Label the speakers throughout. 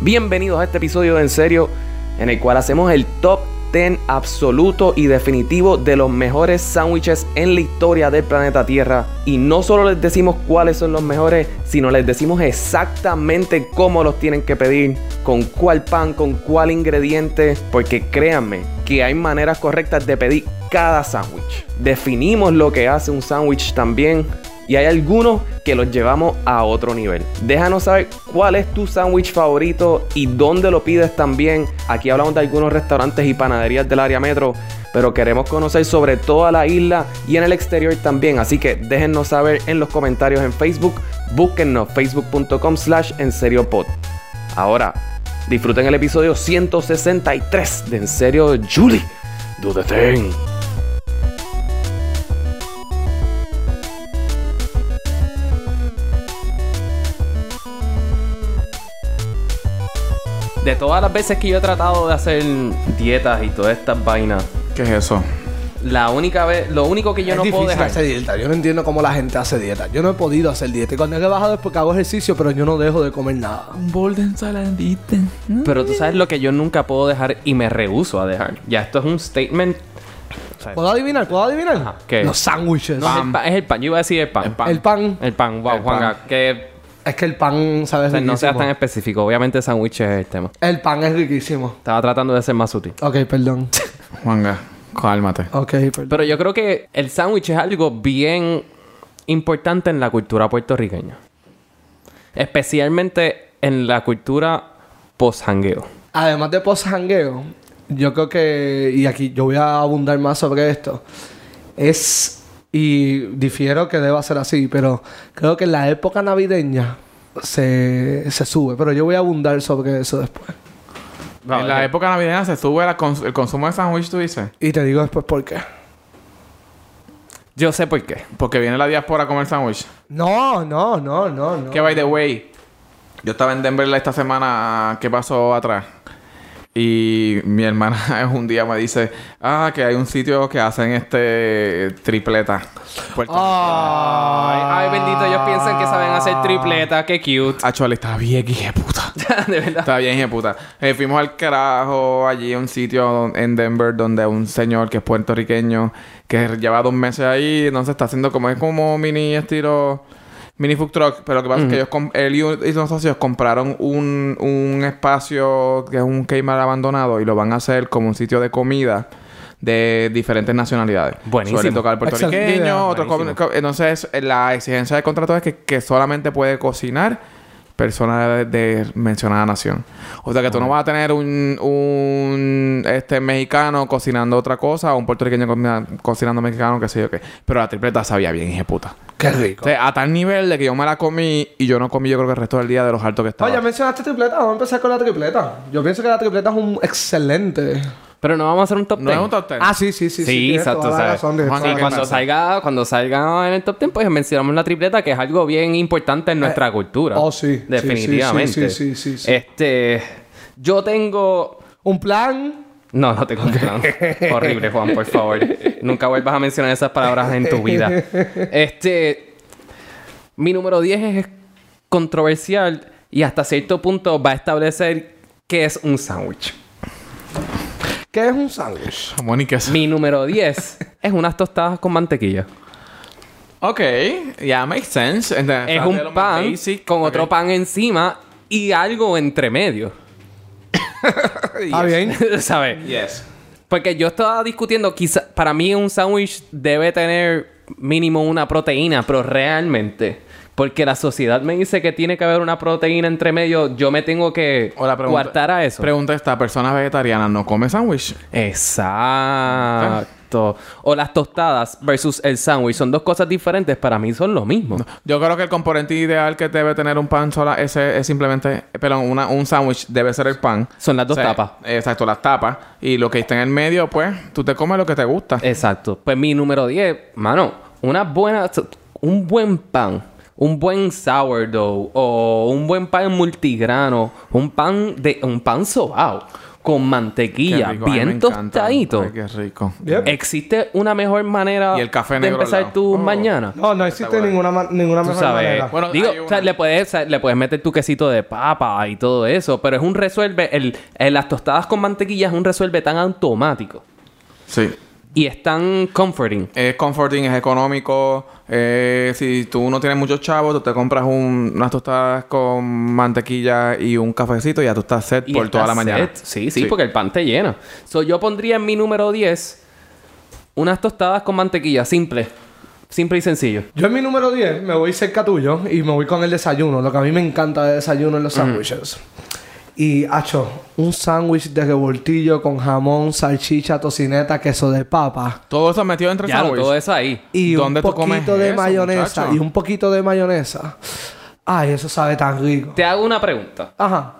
Speaker 1: Bienvenidos a este episodio de En Serio, en el cual hacemos el top 10 absoluto y definitivo de los mejores sándwiches en la historia del planeta Tierra. Y no solo les decimos cuáles son los mejores, sino les decimos exactamente cómo los tienen que pedir, con cuál pan, con cuál ingrediente, porque créanme que hay maneras correctas de pedir cada sándwich. Definimos lo que hace un sándwich también. Y hay algunos que los llevamos a otro nivel. Déjanos saber cuál es tu sándwich favorito y dónde lo pides también. Aquí hablamos de algunos restaurantes y panaderías del área metro, pero queremos conocer sobre toda la isla y en el exterior también. Así que déjennos saber en los comentarios en Facebook. Búsquennos facebook.com slash en serio pod. Ahora, disfruten el episodio 163 de En serio Julie. Do the thing. De todas las veces que yo he tratado de hacer dietas y todas estas vainas,
Speaker 2: ¿Qué es eso?
Speaker 1: la única vez, lo único que yo
Speaker 3: es
Speaker 1: no
Speaker 3: difícil
Speaker 1: puedo dejar.
Speaker 3: hacer dieta. Yo no entiendo cómo la gente hace dieta. Yo no he podido hacer dieta. Y cuando he bajado es porque hago ejercicio, pero yo no dejo de comer nada.
Speaker 2: Un bol de ensaladita.
Speaker 1: Pero tú sabes lo que yo nunca puedo dejar y me rehúso a dejar. Ya esto es un statement.
Speaker 3: ¿Puedo adivinar? ¿Puedo adivinar?
Speaker 1: ¿qué?
Speaker 3: Los sándwiches.
Speaker 1: No, es el pan, es el pan. Yo iba a decir el pan.
Speaker 2: El pan.
Speaker 3: El pan.
Speaker 1: El pan, wow,
Speaker 2: El
Speaker 1: Juanga. Que
Speaker 3: Es que el pan, ¿sabes?
Speaker 1: o sea, no seas
Speaker 3: riquísimo.
Speaker 1: tan específico. Obviamente sándwiches es el tema.
Speaker 3: El pan es riquísimo.
Speaker 1: Estaba tratando de ser más sutil.
Speaker 3: Ok, perdón.
Speaker 2: Juanga, cálmate.
Speaker 3: Ok, perdón.
Speaker 1: Pero yo creo que el sándwich es algo bien importante en la cultura puertorriqueña. Especialmente en la cultura post-jangueo.
Speaker 3: Además de post-jangueo, yo creo que, y aquí yo voy a abundar más sobre esto, es, y difiero que deba ser así, pero creo que en la época navideña se, se sube, pero yo voy a abundar sobre eso después.
Speaker 2: en la época navideña se sube la cons- el consumo de sándwich, tú dices.
Speaker 3: Y te digo después por qué.
Speaker 1: Yo sé por qué.
Speaker 2: Porque viene la diáspora a comer sándwich.
Speaker 3: No, no, no, no, no.
Speaker 2: Que by the way, yo estaba en Denver esta semana que pasó atrás. Y mi hermana un día me dice, ah, que hay un sitio que hacen este tripleta. Puerto
Speaker 1: Ay,
Speaker 3: Ah.
Speaker 1: ay, bendito, ellos piensan que saben hacer tripleta, qué cute.
Speaker 2: Achual, Ah, estaba bien, hija de puta.
Speaker 1: de verdad.
Speaker 2: Está bien, puta. Eh, fuimos al carajo allí a un sitio don- en Denver donde un señor que es puertorriqueño que lleva dos meses ahí, entonces está haciendo como es como mini estilo mini food truck, pero lo que pasa es que ellos com- él y, un- y los socios compraron un, un espacio que es un Kmart abandonado y lo van a hacer como un sitio de comida de diferentes nacionalidades.
Speaker 1: Buenísimo.
Speaker 2: Suele tocar
Speaker 3: Excelente idea.
Speaker 2: puertorriqueño, otros com-
Speaker 1: Buenísimo.
Speaker 2: co- entonces eh, la exigencia del contrato es que, que solamente puede cocinar persona de, de mencionada nación. O sea que tú no vas a tener un, un este mexicano cocinando otra cosa o un puertorriqueño comina- cocinando mexicano, qué sé yo qué. Pero la tripleta sabía bien, hija de puta.
Speaker 3: Qué
Speaker 2: O
Speaker 3: rico.
Speaker 2: sea, a tal nivel de que yo me la comí y yo no comí yo creo que el resto del día de los altos que estaba.
Speaker 3: Oye, mencionaste tripleta. Vamos a empezar con la tripleta. Yo pienso que la tripleta es un excelente.
Speaker 1: Pero no vamos a hacer un top 10.
Speaker 2: no es un top ten.
Speaker 3: Ah, sí, sí, sí.
Speaker 1: Sí,
Speaker 3: tienes
Speaker 1: exacto,
Speaker 3: toda la
Speaker 1: ¿sabes?
Speaker 3: razón, tienes
Speaker 2: Juan,
Speaker 3: toda
Speaker 1: Y
Speaker 3: la
Speaker 2: ¿qué
Speaker 1: cuando
Speaker 2: pasa?
Speaker 1: salga, cuando salga en el top 10, pues mencionamos la tripleta, que es algo bien importante en nuestra cultura.
Speaker 3: oh, sí. Sí,
Speaker 1: Definitivamente.
Speaker 3: sí, sí, sí, sí, sí, sí.
Speaker 1: Este. Yo tengo.
Speaker 3: razón. Un plan.
Speaker 1: No, no tengo un plan. Horrible, Juan, por favor. Nunca vuelvas a mencionar esas palabras en tu vida. Este. Mi número 10 es controversial y hasta cierto punto va a establecer qué es un sándwich.
Speaker 3: ¿Qué es un sándwich?
Speaker 2: Jamón y queso.
Speaker 1: Mi número 10 es unas tostadas con mantequilla.
Speaker 2: Ok, ya makes sense. Entonces,
Speaker 1: Es
Speaker 2: o sea, de
Speaker 1: un
Speaker 2: lo más
Speaker 1: pan
Speaker 2: basic.
Speaker 1: con otro
Speaker 2: Ok.
Speaker 1: pan encima y algo entre medio.
Speaker 3: Está bien.
Speaker 1: ¿Sabes?
Speaker 2: Yes.
Speaker 1: Porque yo estaba discutiendo, quizá, para mí un sándwich debe tener mínimo una proteína, pero realmente, porque la sociedad me dice que tiene que haber una proteína entre medio, yo me tengo que
Speaker 2: O la pregunta-
Speaker 1: coartar a eso.
Speaker 2: Pregunta esta, ¿persona vegetariana no come sándwich?
Speaker 1: Exacto. O las tostadas versus el sándwich son dos cosas diferentes, para mí son lo mismo.
Speaker 2: Yo creo que el componente ideal que debe tener un pan sola ese es simplemente, perdón, una, un sándwich debe ser el pan.
Speaker 1: Son las dos
Speaker 2: O sea,
Speaker 1: tapas.
Speaker 2: Exacto, las tapas. Y lo que está en el medio, pues, tú te comes lo que te gusta.
Speaker 1: Exacto. Pues mi número 10, mano, una buena, un buen pan, un buen sourdough o un buen pan multigrano, un pan de un pan sobao, con mantequilla,
Speaker 2: rico. Ay, me
Speaker 1: bien
Speaker 2: encanta.
Speaker 1: tostadito.
Speaker 2: Ay, qué rico.
Speaker 3: Yep.
Speaker 1: ¿Existe una mejor manera
Speaker 2: Y el café
Speaker 1: de
Speaker 2: negro al
Speaker 1: empezar
Speaker 2: lado.
Speaker 1: tu
Speaker 2: Oh.
Speaker 1: mañana?
Speaker 3: No, no existe
Speaker 2: Espectacular.
Speaker 3: ninguna, ma- ninguna
Speaker 1: Tú
Speaker 3: mejor
Speaker 1: sabes.
Speaker 3: manera.
Speaker 2: Bueno,
Speaker 1: Digo,
Speaker 2: hay
Speaker 1: o sea,
Speaker 2: una-
Speaker 1: le puedes, le puedes meter tu quesito de papa y todo eso, pero es un resuelve. El, el- las tostadas con mantequilla es un resuelve tan automático
Speaker 2: Sí.
Speaker 1: y es tan comforting.
Speaker 2: Es comforting, es económico. eh, si tú no tienes muchos chavos, tú te compras un- unas tostadas con mantequilla y un cafecito y ya tú estás set
Speaker 1: Y
Speaker 2: por toda la
Speaker 1: estás
Speaker 2: mañana.
Speaker 1: set. Sí, sí, porque el pan te llena. So, yo pondría en mi número 10 unas tostadas con mantequilla, simple. Simple y sencillo.
Speaker 3: Yo en mi número 10 me voy cerca tuyo y me voy con el desayuno. Lo que a mí me encanta de desayuno en los sándwiches. Y, hacho, un sándwich de revoltillo con jamón, salchicha, tocineta, queso de papa.
Speaker 2: Todo eso metido entre
Speaker 1: Ya,
Speaker 2: sándwich.
Speaker 1: todo eso ahí.
Speaker 3: Y
Speaker 2: ¿Dónde
Speaker 3: un
Speaker 2: tú comes
Speaker 3: poquito de
Speaker 2: eso,
Speaker 3: mayonesa.
Speaker 2: muchacho?
Speaker 3: Y un poquito de mayonesa. Ay, eso sabe tan rico.
Speaker 1: Te hago una pregunta.
Speaker 3: Ajá.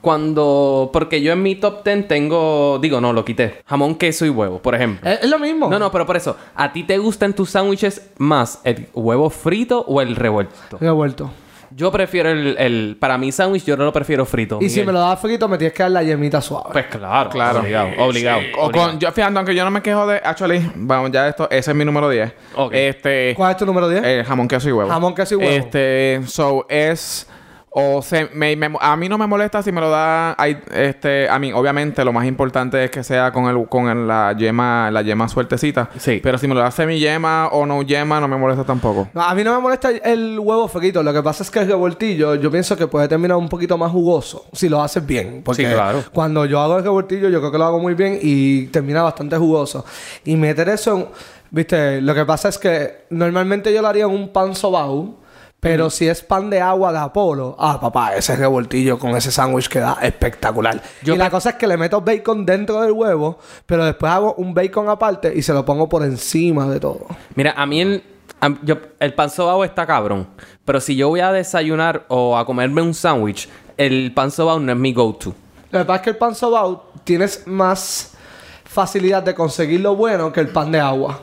Speaker 1: Cuando... Porque yo en mi top 10 tengo... Digo, no, lo quité. Jamón, queso y huevo, por ejemplo.
Speaker 3: Es, es lo mismo.
Speaker 1: No, no, pero por eso, ¿a ti te gustan tus sándwiches más el huevo frito o el revuelto?
Speaker 3: Revuelto.
Speaker 1: Yo prefiero el, el para mi sándwich yo no lo prefiero frito.
Speaker 3: Y si
Speaker 1: Miguel.
Speaker 3: me lo das frito, me tienes que dar la yemita suave.
Speaker 1: Pues claro,
Speaker 2: Claro.
Speaker 1: obligado, obligado.
Speaker 2: O
Speaker 1: obligado.
Speaker 2: con, yo, fíjate, aunque yo no me quejo de. Actually, vamos, ya esto, ese es mi número 10.
Speaker 1: Ok.
Speaker 2: Este.
Speaker 3: ¿Cuál es tu número 10?
Speaker 2: El jamón, queso y huevo.
Speaker 3: Jamón, queso y huevo.
Speaker 2: Este, so es. O se, me- me- a mí no me molesta si me lo da. hay- este, a mí, obviamente, lo más importante es que sea con el, con el- la yema, la yema suertecita.
Speaker 1: Sí.
Speaker 2: Pero si me lo da semi yema o no yema, no me molesta tampoco.
Speaker 3: No, a mí no me molesta el huevo frito. Lo que pasa es que el revoltillo yo pienso que puede terminar un poquito más jugoso si lo haces bien. Porque
Speaker 1: Sí, claro.
Speaker 3: cuando yo hago el revoltillo yo creo que lo hago muy bien y termina bastante jugoso. Y meter eso en... Viste, lo que pasa es que normalmente yo lo haría en un pan sobao. Pero si es pan de agua de Apolo, ah, papá, ese revoltillo con ese sándwich queda espectacular.
Speaker 1: Yo
Speaker 3: y la cosa es que le meto bacon dentro del huevo, pero después hago un bacon aparte y se lo pongo por encima de todo.
Speaker 1: Mira, a mí el a- yo- el pan sobao está cabrón, pero si yo voy a desayunar o a comerme un sándwich, el pan sobao no es mi go to.
Speaker 3: Lo que pasa es que el pan sobao tienes más facilidad de conseguir lo bueno que el pan de agua.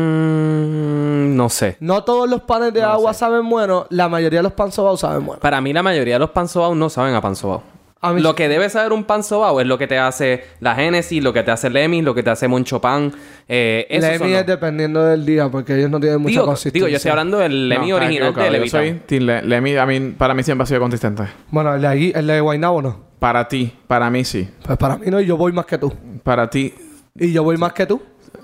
Speaker 1: Mm, no sé.
Speaker 3: No todos los panes de agua saben bueno, la mayoría de los pan sobao saben bueno.
Speaker 1: Para mí la mayoría de los pan sobaos no saben a pan sobao.
Speaker 3: A mí
Speaker 1: Lo
Speaker 3: sí.
Speaker 1: que debe saber un pan sobao es lo que te hace la Génesis, lo que te hace Lemmy, lo que te hace Moncho Pan. Eh, esos
Speaker 3: Lemmy
Speaker 1: son los-
Speaker 3: es E dependiendo del día porque ellos no tienen mucha
Speaker 1: digo,
Speaker 3: consistencia.
Speaker 1: digo, yo estoy hablando del Lemmy
Speaker 2: No, estás
Speaker 1: original de
Speaker 2: equivocado. Yo soy
Speaker 1: Levitown.
Speaker 2: Team Le- Lemmy, a mí, para mí siempre ha sido consistente.
Speaker 3: Bueno, el de, aquí, el de Guaynabo no.
Speaker 2: Para ti, para mí sí.
Speaker 3: Pues para mí no, y yo voy más que tú.
Speaker 2: Para ti.
Speaker 3: Y yo voy más que tú.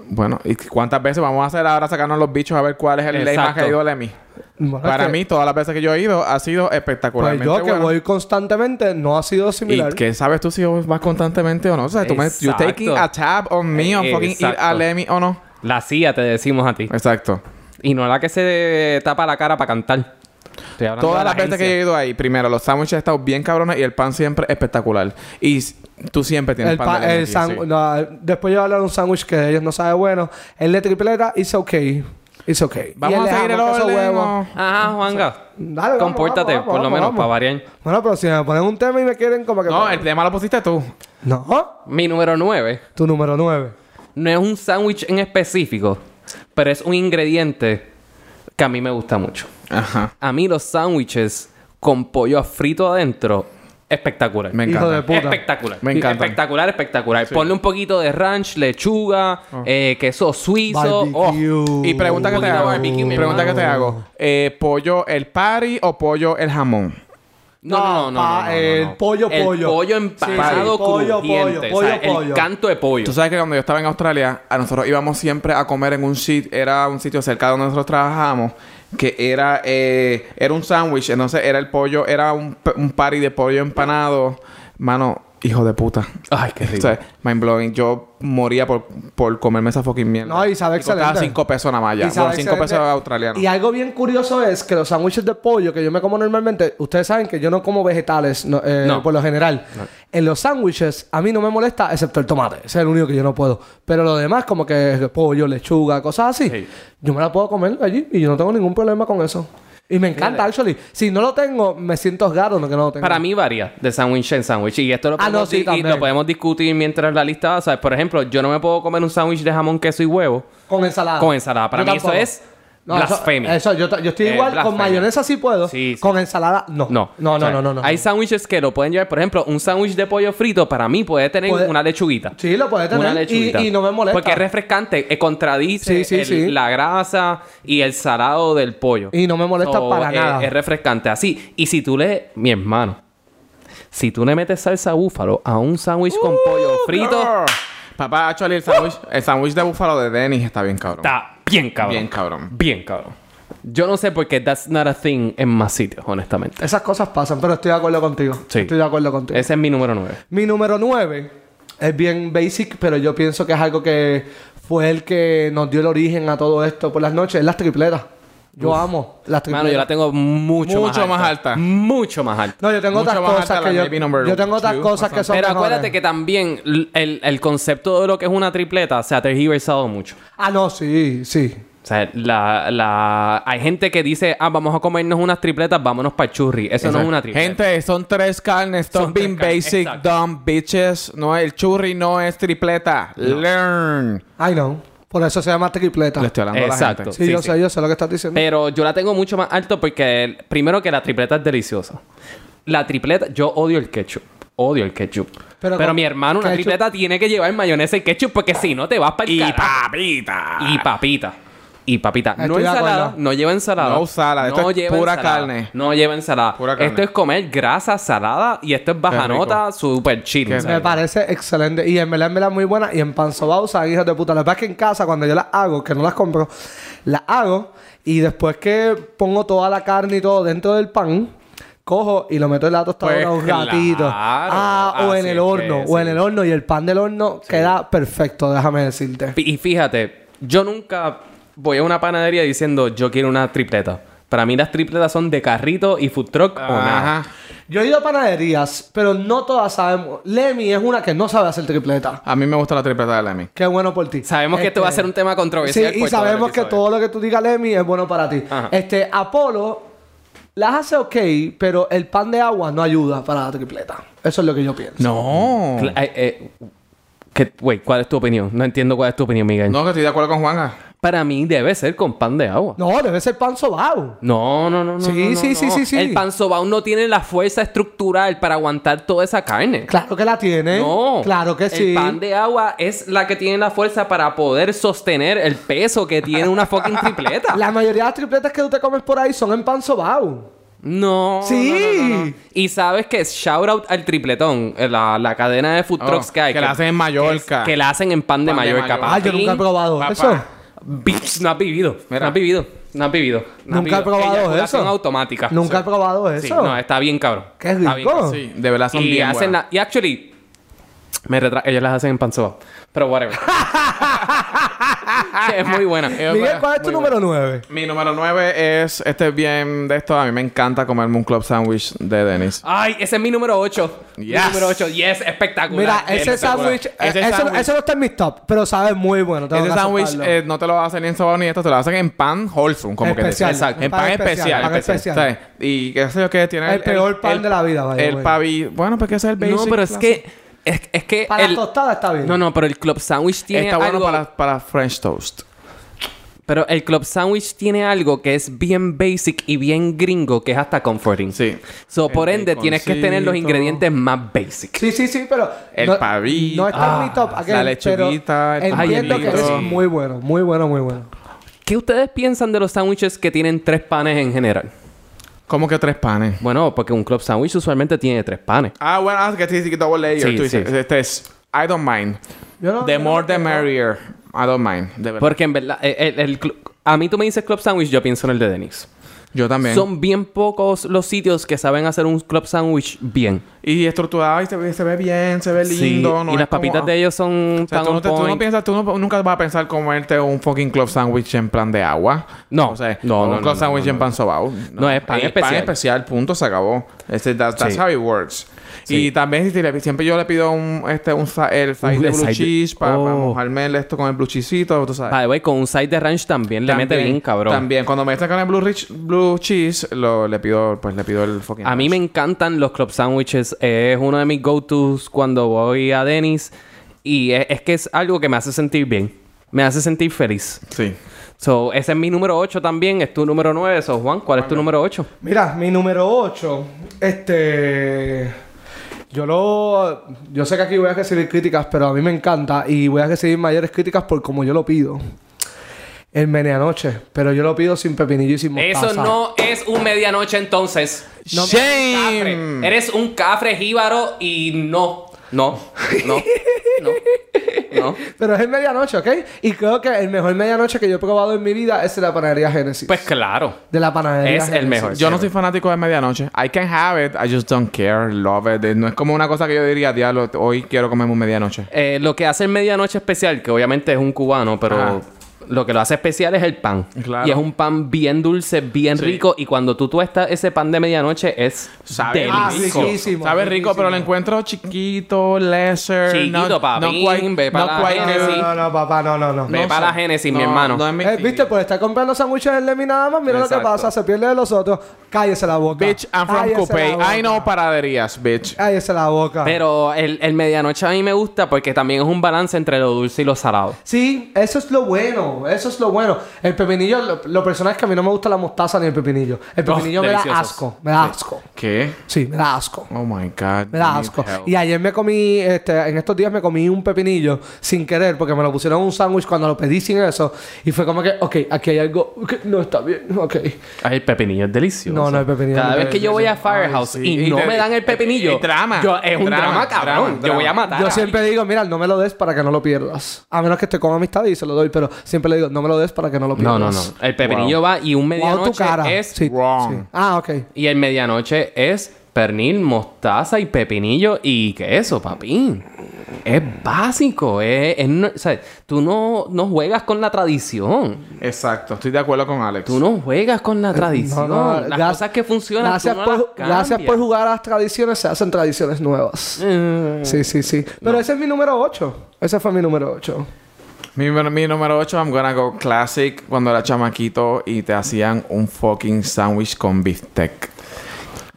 Speaker 2: Bueno, ¿y cuántas veces vamos a hacer ahora sacarnos los bichos a ver cuál es el la
Speaker 1: Exacto.
Speaker 2: imagen que ha ido Lemmy?
Speaker 3: Bueno,
Speaker 2: Para
Speaker 3: es que-
Speaker 2: mí, todas las veces que yo he ido, ha sido
Speaker 3: Pues
Speaker 2: espectacularmente
Speaker 3: yo que
Speaker 2: bueno.
Speaker 3: voy constantemente no ha sido
Speaker 2: ¿Y
Speaker 3: similar.
Speaker 2: qué sabes tú si vas constantemente o no? O sea, tú me... You
Speaker 1: Exacto. Eh,
Speaker 2: taking a tab on me on fucking ir a
Speaker 1: Exacto.
Speaker 2: Lemmy o no.
Speaker 1: La CIA te decimos a ti.
Speaker 2: Exacto.
Speaker 1: Y no la que se tapa la cara para cantar. Estoy hablando de
Speaker 2: Todas
Speaker 1: la
Speaker 2: las veces que yo
Speaker 1: agencia.
Speaker 2: he ido ahí, primero, los sándwiches han estado bien cabrones y el pan siempre espectacular. Y s- tú siempre tienes
Speaker 3: El
Speaker 2: pan, de
Speaker 3: pa-
Speaker 2: Lemmy
Speaker 3: el
Speaker 2: aquí,
Speaker 3: san-
Speaker 2: sí.
Speaker 3: no, después yo voy a hablar de un sándwich que ellos no saben bueno. El de tripleta, it's okay. It's okay.
Speaker 2: Vamos
Speaker 3: Y
Speaker 2: a
Speaker 3: de
Speaker 2: seguir el
Speaker 3: jamón, queso,
Speaker 2: orden
Speaker 3: huevo.
Speaker 2: o-
Speaker 1: Ajá, Juanga.
Speaker 3: Dale, vamos,
Speaker 1: Compórtate,
Speaker 3: vamos,
Speaker 1: por lo
Speaker 3: vamos,
Speaker 1: menos,
Speaker 3: vamos.
Speaker 1: para variar.
Speaker 3: Bueno, pero si me ponen un tema y me quieren como que...
Speaker 2: No, eh. el tema lo pusiste tú.
Speaker 3: No,
Speaker 1: Mi número 9
Speaker 3: tu número 9.
Speaker 1: no es un sándwich en específico, pero es un ingrediente que a mí me gusta mucho.
Speaker 2: Ajá.
Speaker 1: A mí los sándwiches con pollo frito adentro, espectacular.
Speaker 2: Me
Speaker 3: Hijo de
Speaker 2: encanta.
Speaker 3: puta.
Speaker 1: Espectacular.
Speaker 2: Me encanta.
Speaker 1: Espectacular, espectacular. Ponle un poquito de ranch, lechuga,
Speaker 3: Ah.
Speaker 1: eh, queso suizo. Oh.
Speaker 2: Y pregunta que
Speaker 1: Un
Speaker 2: te
Speaker 1: poquito
Speaker 2: hago.
Speaker 1: de barbecue, mi
Speaker 2: pregunta que
Speaker 1: hermano.
Speaker 2: te hago. Eh, ¿Pollo el party o pollo el jamón?
Speaker 1: No, no, no, no,
Speaker 3: pa-
Speaker 1: no, no, no.
Speaker 3: el pollo,
Speaker 1: El
Speaker 3: pollo.
Speaker 1: pollo
Speaker 3: Sí,
Speaker 1: empanado
Speaker 3: sí. Pollo,
Speaker 1: crujiente.
Speaker 3: pollo,
Speaker 1: o sea,
Speaker 3: pollo, pollo.
Speaker 1: El canto de pollo.
Speaker 2: Tú sabes que cuando yo estaba en Australia, a nosotros íbamos siempre a comer en un sitio, era un sitio cerca de donde nosotros trabajábamos, que era, eh, era un sándwich, entonces era el pollo, era un, p- un party de pollo empanado. Mano, hijo de puta.
Speaker 1: Ay, qué
Speaker 2: O sea, mind blowing. Yo moría por, por comerme esa fucking mierda.
Speaker 3: No, y sabe
Speaker 2: costaba
Speaker 3: excelente.
Speaker 2: cinco pesos nada más ya.
Speaker 3: Y sabe
Speaker 2: Bueno, cinco
Speaker 3: excelente.
Speaker 2: pesos australianos.
Speaker 3: Y algo bien curioso es que los sándwiches de pollo que yo me como normalmente, ustedes saben que yo no como vegetales no, eh,
Speaker 1: No.
Speaker 3: por lo general. En los sándwiches a mí no me molesta excepto el tomate, ese es el único que yo no puedo. Pero lo demás como que es pollo, lechuga, cosas así,
Speaker 1: Sí.
Speaker 3: yo me la puedo comer allí y yo no tengo ningún problema con eso. Y me encanta, actually. Si no lo tengo, me siento raro no que no lo tengo.
Speaker 1: Para mí varía de sándwich en sándwich. Y esto lo
Speaker 3: Ah,
Speaker 1: podemos,
Speaker 3: no, sí,
Speaker 1: di- y
Speaker 3: también.
Speaker 1: lo podemos discutir mientras la lista va. ¿sabes? Por ejemplo, yo no me puedo comer un sándwich de jamón, queso y huevo
Speaker 3: Con ensalada.
Speaker 1: con ensalada. Para
Speaker 3: Yo
Speaker 1: mí
Speaker 3: tampoco.
Speaker 1: eso es
Speaker 3: No, eso-
Speaker 1: Blasfemia.
Speaker 3: Eso, yo, ta- yo estoy
Speaker 1: Eh,
Speaker 3: igual. Con
Speaker 1: blasfemia.
Speaker 3: mayonesa sí puedo.
Speaker 1: Sí, sí.
Speaker 3: Con ensalada, no.
Speaker 1: No.
Speaker 3: No,
Speaker 1: O
Speaker 3: no,
Speaker 1: sea,
Speaker 3: no, no. no.
Speaker 1: Hay sándwiches que lo pueden llevar. Por ejemplo, un sándwich de pollo frito para mí puede tener
Speaker 3: Puede-
Speaker 1: una lechuguita.
Speaker 3: Sí, lo puedes
Speaker 1: Una
Speaker 3: tener.
Speaker 1: lechuguita.
Speaker 3: Y, y no me molesta.
Speaker 1: Porque es refrescante. eh, contradice
Speaker 3: Sí, sí,
Speaker 1: el-
Speaker 3: sí.
Speaker 1: la grasa y el salado del pollo.
Speaker 3: Y no me molesta
Speaker 1: So,
Speaker 3: para
Speaker 1: es-
Speaker 3: nada.
Speaker 1: Es refrescante. Así. Y si tú le... Mi hermano. Si tú le metes salsa búfalo a un sándwich
Speaker 3: Uh,
Speaker 1: con pollo frito...
Speaker 2: Grrr. Papá, actually, el sándwich el sándwich de búfalo de Dennis está bien cabrón.
Speaker 1: Está bien cabrón.
Speaker 2: Bien cabrón.
Speaker 1: Bien cabrón. Yo no sé por qué that's not a thing en más sitios, honestamente.
Speaker 3: Esas cosas pasan, pero estoy de acuerdo contigo.
Speaker 1: Sí.
Speaker 3: Estoy de acuerdo contigo.
Speaker 1: Ese es mi número 9.
Speaker 3: Mi número 9 es bien basic, pero yo pienso que es algo que fue el que nos dio el origen a todo esto por las noches. Es las tripletas. Yo amo las tripletas.
Speaker 1: Mano, yo la tengo mucho,
Speaker 2: Mucho más alta.
Speaker 1: Mucho más alta.
Speaker 3: No, yo tengo
Speaker 2: mucho
Speaker 3: otras
Speaker 2: más
Speaker 3: cosas
Speaker 2: alta
Speaker 3: que
Speaker 2: la
Speaker 3: yo...
Speaker 2: maybe number
Speaker 3: Yo tengo otras
Speaker 2: two,
Speaker 3: cosas que son
Speaker 1: Pero
Speaker 3: mejor.
Speaker 1: acuérdate que también l- el, el concepto de lo que es una tripleta se ha tergiversado mucho.
Speaker 3: Ah, no, sí, sí.
Speaker 1: O sea, la, la... hay gente que dice, ah, vamos a comernos unas tripletas, vámonos para churri. Eso no es
Speaker 2: Exacto.
Speaker 1: una tripleta.
Speaker 2: Gente, son tres carnes. Stop
Speaker 1: Son tres
Speaker 2: being
Speaker 1: carnes,
Speaker 2: basic,
Speaker 1: exacto.
Speaker 2: dumb bitches. No, el churri no es tripleta. Learn.
Speaker 3: I know. Por eso se llama tripleta.
Speaker 2: Le estoy hablando
Speaker 1: Exacto.
Speaker 2: a la gente.
Speaker 3: Sí,
Speaker 1: Sí,
Speaker 3: yo
Speaker 1: sí.
Speaker 3: sé, yo sé lo que estás diciendo.
Speaker 1: Pero yo la tengo mucho más alto porque, el- primero que la tripleta es deliciosa. La tripleta, yo odio el ketchup. Odio el ketchup. Pero,
Speaker 3: Pero con
Speaker 1: mi hermano, una
Speaker 3: ketchup-
Speaker 1: tripleta tiene que llevar mayonesa y ketchup porque si no te vas para el
Speaker 2: Y
Speaker 1: carajo.
Speaker 2: papita.
Speaker 1: Y papita. Y papita. no
Speaker 3: Estoy de
Speaker 1: ensalada.
Speaker 3: acuerdo.
Speaker 1: No lleva ensalada.
Speaker 2: No ensalada. Esto es pura carne.
Speaker 1: No lleva ensalada.
Speaker 2: Pura carne.
Speaker 1: Esto es comer grasa, salada y esto es baja
Speaker 2: Qué rico.
Speaker 1: nota, super chill.
Speaker 2: Qué
Speaker 1: ¿sabes?
Speaker 3: Me parece excelente. Y en verdad, en verdad, muy buena. Y en panzobausa, hijos de puta. La verdad es que en casa, cuando yo las hago, que no las compro, las hago. Y después que pongo toda la carne y todo dentro del pan, cojo y lo meto en la tostadora
Speaker 1: Pues
Speaker 3: un ratito.
Speaker 1: claro.
Speaker 3: Ah, o
Speaker 1: Así
Speaker 3: en el
Speaker 1: es
Speaker 3: horno.
Speaker 1: que
Speaker 3: O en
Speaker 1: sí.
Speaker 3: el horno. Y el pan del horno queda perfecto, déjame decirte.
Speaker 1: Fí- Y fíjate, yo nunca voy a una panadería diciendo yo quiero una tripleta. Para mí las tripletas son de carrito y food truck o nada.
Speaker 2: Ajá.
Speaker 3: Yo he ido a panaderías, pero no todas sabemos. Lemmy es una que no sabe hacer tripleta.
Speaker 2: A mí me gusta la tripleta de Lemmy.
Speaker 3: Qué bueno por ti. Este,
Speaker 1: Sabemos que esto va a ser un tema
Speaker 3: Sí,
Speaker 1: controversial.
Speaker 3: y
Speaker 1: por todo el
Speaker 3: sabemos que
Speaker 1: episodio.
Speaker 3: todo lo que tú digas, Lemmy, es bueno para ti.
Speaker 1: Ajá.
Speaker 3: Este, Apolo las hace ok, pero el pan de agua no ayuda para la tripleta. Eso es lo que yo pienso.
Speaker 2: No.
Speaker 1: Cla- eh, eh, que- Wait, ¿cuál es tu opinión? No entiendo cuál es tu opinión, Miguel.
Speaker 2: No, que estoy de acuerdo con Juanga.
Speaker 1: Para mí debe ser con pan de agua.
Speaker 3: No, debe ser pan sobao.
Speaker 1: No, no, no, no.
Speaker 3: Sí,
Speaker 1: no, no,
Speaker 3: sí, sí,
Speaker 1: no.
Speaker 3: sí, sí.
Speaker 1: El panzobao no tiene la fuerza estructural para aguantar toda esa carne.
Speaker 3: Claro que la tiene.
Speaker 1: No.
Speaker 3: ¿eh? Claro que sí.
Speaker 1: El pan de agua es la que tiene la fuerza para poder sostener el peso que tiene una fucking tripleta.
Speaker 3: La mayoría de las tripletas que tú te comes por ahí son en pan sobao.
Speaker 1: No.
Speaker 3: Sí.
Speaker 1: no, no, no, no. Y sabes que shout out al tripletón, eh, la, la cadena de food
Speaker 2: Oh,
Speaker 1: trucks que hay.
Speaker 2: que la hacen en Mallorca.
Speaker 1: Que la hacen en pan de
Speaker 2: Pan de
Speaker 1: Mallorca.
Speaker 2: Mallorca.
Speaker 3: Ah, yo
Speaker 1: papi.
Speaker 3: nunca he probado
Speaker 2: papá.
Speaker 3: eso.
Speaker 1: Bitch, no has vivido.
Speaker 2: Mira.
Speaker 1: No has vivido. No has vivido. No has
Speaker 3: Nunca he
Speaker 1: vivido.
Speaker 3: probado
Speaker 1: Eyaculación
Speaker 3: eso.
Speaker 1: automática.
Speaker 3: Nunca he probado eso.
Speaker 1: Sí, no, está bien cabrón.
Speaker 3: Qué
Speaker 1: Está bien
Speaker 3: rico.
Speaker 1: cabrón.
Speaker 2: Sí, de verdad son
Speaker 1: Oh. Y
Speaker 2: bien
Speaker 1: hacen
Speaker 2: buenas.
Speaker 1: la... Y actually... Me retra... Ellos las hacen en panzoba. Pero whatever. Que es muy buena.
Speaker 3: Miguel, ¿cuál es tu número 9?
Speaker 2: Mi número 9 es... Este es bien de esto. A mí me encanta comerme un club sandwich de Dennis.
Speaker 1: Ay, ese es mi número 8. Mi
Speaker 2: Yes.
Speaker 1: número 8. Yes, espectacular.
Speaker 3: Mira,
Speaker 1: Yes,
Speaker 3: ese
Speaker 1: espectacular.
Speaker 3: sándwich, eh,
Speaker 2: Ese
Speaker 3: eso,
Speaker 2: sándwich-
Speaker 3: eso no está en mis top, pero sabe muy bueno. tengo
Speaker 2: Ese
Speaker 3: que
Speaker 2: sándwich
Speaker 3: aceptarlo.
Speaker 2: eh, no te lo hacen ni en sabor ni esto, te lo hacen en pan wholesome, como
Speaker 3: Especial,
Speaker 2: que te
Speaker 3: un
Speaker 2: En pan,
Speaker 3: pan especial,
Speaker 2: especial.
Speaker 3: pan especial.
Speaker 2: ¿sabes? Y qué sé yo que tiene
Speaker 3: El peor pan de la vida, by the
Speaker 2: El
Speaker 3: way.
Speaker 2: pavi, bueno, porque ese es el basic.
Speaker 1: No, pero es
Speaker 2: classic.
Speaker 1: que... Es, es que...
Speaker 3: Para
Speaker 1: el-
Speaker 3: las tostadas está bien.
Speaker 1: No, no, pero el club sandwich tiene
Speaker 2: está bueno
Speaker 1: algo-
Speaker 2: para, para French toast.
Speaker 1: Pero el club sandwich tiene algo que es bien basic y bien gringo, que es hasta comforting.
Speaker 2: Sí.
Speaker 1: So, por
Speaker 2: El
Speaker 1: ende, tienes que tener los
Speaker 2: baconcito.
Speaker 1: ingredientes más basic.
Speaker 3: Sí, sí, sí, pero...
Speaker 2: El
Speaker 3: no,
Speaker 2: paví.
Speaker 3: No está en mi top.
Speaker 2: Ah,
Speaker 3: aquel,
Speaker 2: la lechuguita,
Speaker 3: pero
Speaker 2: el
Speaker 3: Entiendo que
Speaker 1: pavillo.
Speaker 3: es muy bueno, muy bueno, muy bueno.
Speaker 1: ¿Qué ustedes piensan de los sándwiches que tienen tres panes en general?
Speaker 2: Como que tres panes.
Speaker 1: Bueno, porque un club sandwich usualmente tiene tres panes.
Speaker 2: Ah, bueno, ah, que sí, sí, double layer.
Speaker 1: Sí,
Speaker 2: tú dices,
Speaker 1: sí, sí.
Speaker 2: Este es, I don't mind.
Speaker 3: Yo no-
Speaker 2: The
Speaker 3: yo no-
Speaker 2: more the merrier. I don't mind. De verdad.
Speaker 1: Porque en verdad, eh, el, el clu- a mí tú me dices club sandwich, yo pienso en el de Denis.
Speaker 2: Yo también.
Speaker 1: Son bien pocos los sitios que saben hacer un club sandwich bien.
Speaker 2: Y estructurado y se, ve- se ve bien, se ve lindo. no
Speaker 1: y
Speaker 2: es
Speaker 1: las
Speaker 2: como-
Speaker 1: papitas de ellos son
Speaker 2: O sea,
Speaker 1: tan
Speaker 2: tú,
Speaker 1: on
Speaker 2: no te- tú no
Speaker 1: point.
Speaker 2: piensas, tú no- nunca vas a pensar comerte un fucking club sandwich en plan de agua.
Speaker 1: No.
Speaker 2: O sea,
Speaker 1: No,
Speaker 2: un
Speaker 1: no, no,
Speaker 2: club
Speaker 1: no,
Speaker 2: sandwich
Speaker 1: no,
Speaker 2: en pan sobao.
Speaker 1: No, es pan especial.
Speaker 2: Pan especial, punto, se acabó. Ese- that- that's
Speaker 1: Sí.
Speaker 2: how it works.
Speaker 1: Sí.
Speaker 2: Y también si te le- siempre yo le pido un, este, un sa- el side
Speaker 1: Un
Speaker 2: de
Speaker 1: side
Speaker 2: blue
Speaker 1: de-
Speaker 2: cheese para
Speaker 1: Oh.
Speaker 2: mojarme el- esto con el blue cheesecito, tú sabes.
Speaker 1: Ah, By the way, con un side de ranch también le mete bien, cabrón.
Speaker 2: También, cuando me sacan el blue, rich, blue cheese, lo, le pido, pues le pido el fucking...
Speaker 1: A mí me encantan los club sandwiches. Es uno de mis go-tos cuando voy a Dennis. Y es, es que es algo que me hace sentir bien. Me hace sentir feliz.
Speaker 2: Sí.
Speaker 1: So, ese es mi número 8 también, es tu número 9. So, Juan, ¿cuál es tu número 8?
Speaker 3: Mira, mi número 8. Este. Yo lo. Yo sé que aquí voy a recibir críticas, pero a mí me encanta y voy a recibir mayores críticas por como yo lo pido. El medianoche, pero yo lo pido sin pepinillo y sin mostaza.
Speaker 1: Eso no es un medianoche entonces.
Speaker 2: Shame.
Speaker 1: Cafre. Eres un cafre jíbaro y no. No, no, no, no.
Speaker 3: Pero es el medianoche, ¿ok? Y creo que el mejor medianoche que yo he probado en mi vida es de la panadería Génesis.
Speaker 1: Pues claro.
Speaker 3: de la panadería
Speaker 1: es el
Speaker 3: Génesis.
Speaker 1: mejor.
Speaker 2: Yo no soy fanático de medianoche. I can have it, I just don't care, love it. No es como una cosa que yo diría, diablo, hoy quiero comerme un medianoche.
Speaker 1: Eh, lo que hace el medianoche especial, que obviamente es un cubano, pero
Speaker 2: Ajá.
Speaker 1: lo que lo hace especial es el pan.
Speaker 2: Claro.
Speaker 1: Y es un pan bien dulce, bien rico. Y cuando tú tuestas ese pan de medianoche es
Speaker 2: Sabe
Speaker 3: Ah,
Speaker 1: delicioso.
Speaker 3: riquísimo.
Speaker 2: Sabe rico, pero lo encuentro chiquito, lesser.
Speaker 1: Chiquito, papín, ve pa' la
Speaker 3: No,
Speaker 1: Génesis.
Speaker 3: no, no, no, papá, no, no, no.
Speaker 1: Ve para la Génesis, mi hermano.
Speaker 2: no es mi-
Speaker 3: Eh, ¿Viste? Por estar comprando sándwiches en Lemmy nada más, mira lo que
Speaker 2: Exacto.
Speaker 3: pasa, se pierde de los otros. Cállese la boca.
Speaker 2: Bitch, I'm from
Speaker 3: Cállese la
Speaker 2: Coupé.
Speaker 3: boca.
Speaker 2: I know paraderías, bitch.
Speaker 3: Cállese la boca.
Speaker 1: Pero el, el medianoche a mí me gusta porque también es un balance entre lo dulce y lo salado.
Speaker 3: Sí, eso es lo bueno, eso es lo bueno. El pepinillo, lo, lo personal es que a mí no me gusta la mostaza ni el pepinillo. El
Speaker 2: Oh,
Speaker 3: pepinillo me da
Speaker 1: deliciosos.
Speaker 3: asco, me da asco.
Speaker 2: ¿Qué?
Speaker 3: Sí, me da asco.
Speaker 2: Oh my god.
Speaker 3: Me da
Speaker 2: you
Speaker 3: asco.
Speaker 2: need help.
Speaker 3: Y ayer me comí, este, en estos días me comí un pepinillo sin querer porque me lo pusieron en un sándwich cuando lo pedí sin eso. Y fue como que, ok, aquí hay algo que no está bien, ok.
Speaker 1: Ay, el pepinillo es delicioso.
Speaker 3: No, no, el pepinillo
Speaker 1: Cada
Speaker 3: no
Speaker 1: vez
Speaker 3: es
Speaker 1: que yo voy a Firehouse
Speaker 2: Ay, sí.
Speaker 1: y,
Speaker 2: Y
Speaker 1: no
Speaker 2: te-
Speaker 1: me dan el pepinillo.
Speaker 2: eh, drama.
Speaker 1: yo- es un
Speaker 2: Drama,
Speaker 1: drama, cabrón.
Speaker 2: drama,
Speaker 1: Yo
Speaker 2: drama.
Speaker 1: voy a matar.
Speaker 3: Yo
Speaker 1: a
Speaker 3: siempre digo, mira, no me lo des para que no lo pierdas. A menos que esté con amistad y se lo doy, pero siempre le digo, no me lo des para que no lo
Speaker 1: No,
Speaker 3: pierdas.
Speaker 1: no, no. El pepinillo va y un
Speaker 3: Wow,
Speaker 1: medianoche
Speaker 3: tu cara.
Speaker 1: es
Speaker 3: Sí,
Speaker 2: wrong.
Speaker 3: sí. Ah, ok.
Speaker 1: y el medianoche es pernil, mostaza y pepinillo y queso, papín. Es básico, es, es no- o sea, tú no, no juegas con la tradición.
Speaker 2: Exacto, estoy de acuerdo con Alex.
Speaker 1: Tú no juegas con la tradición.
Speaker 3: No, no,
Speaker 1: las
Speaker 3: gra-
Speaker 1: cosas que funcionan
Speaker 3: Gracias,
Speaker 1: tú no
Speaker 3: por,
Speaker 1: las
Speaker 3: gracias por
Speaker 1: cambias.
Speaker 3: jugar a las tradiciones, se hacen tradiciones nuevas.
Speaker 1: Eh,
Speaker 3: Sí, sí, sí. Pero ese es mi número 8. Ese fue mi número 8.
Speaker 2: Mi, número- mi número 8, I'm gonna go classic. Cuando era chamaquito y te hacían un fucking sándwich con bistec.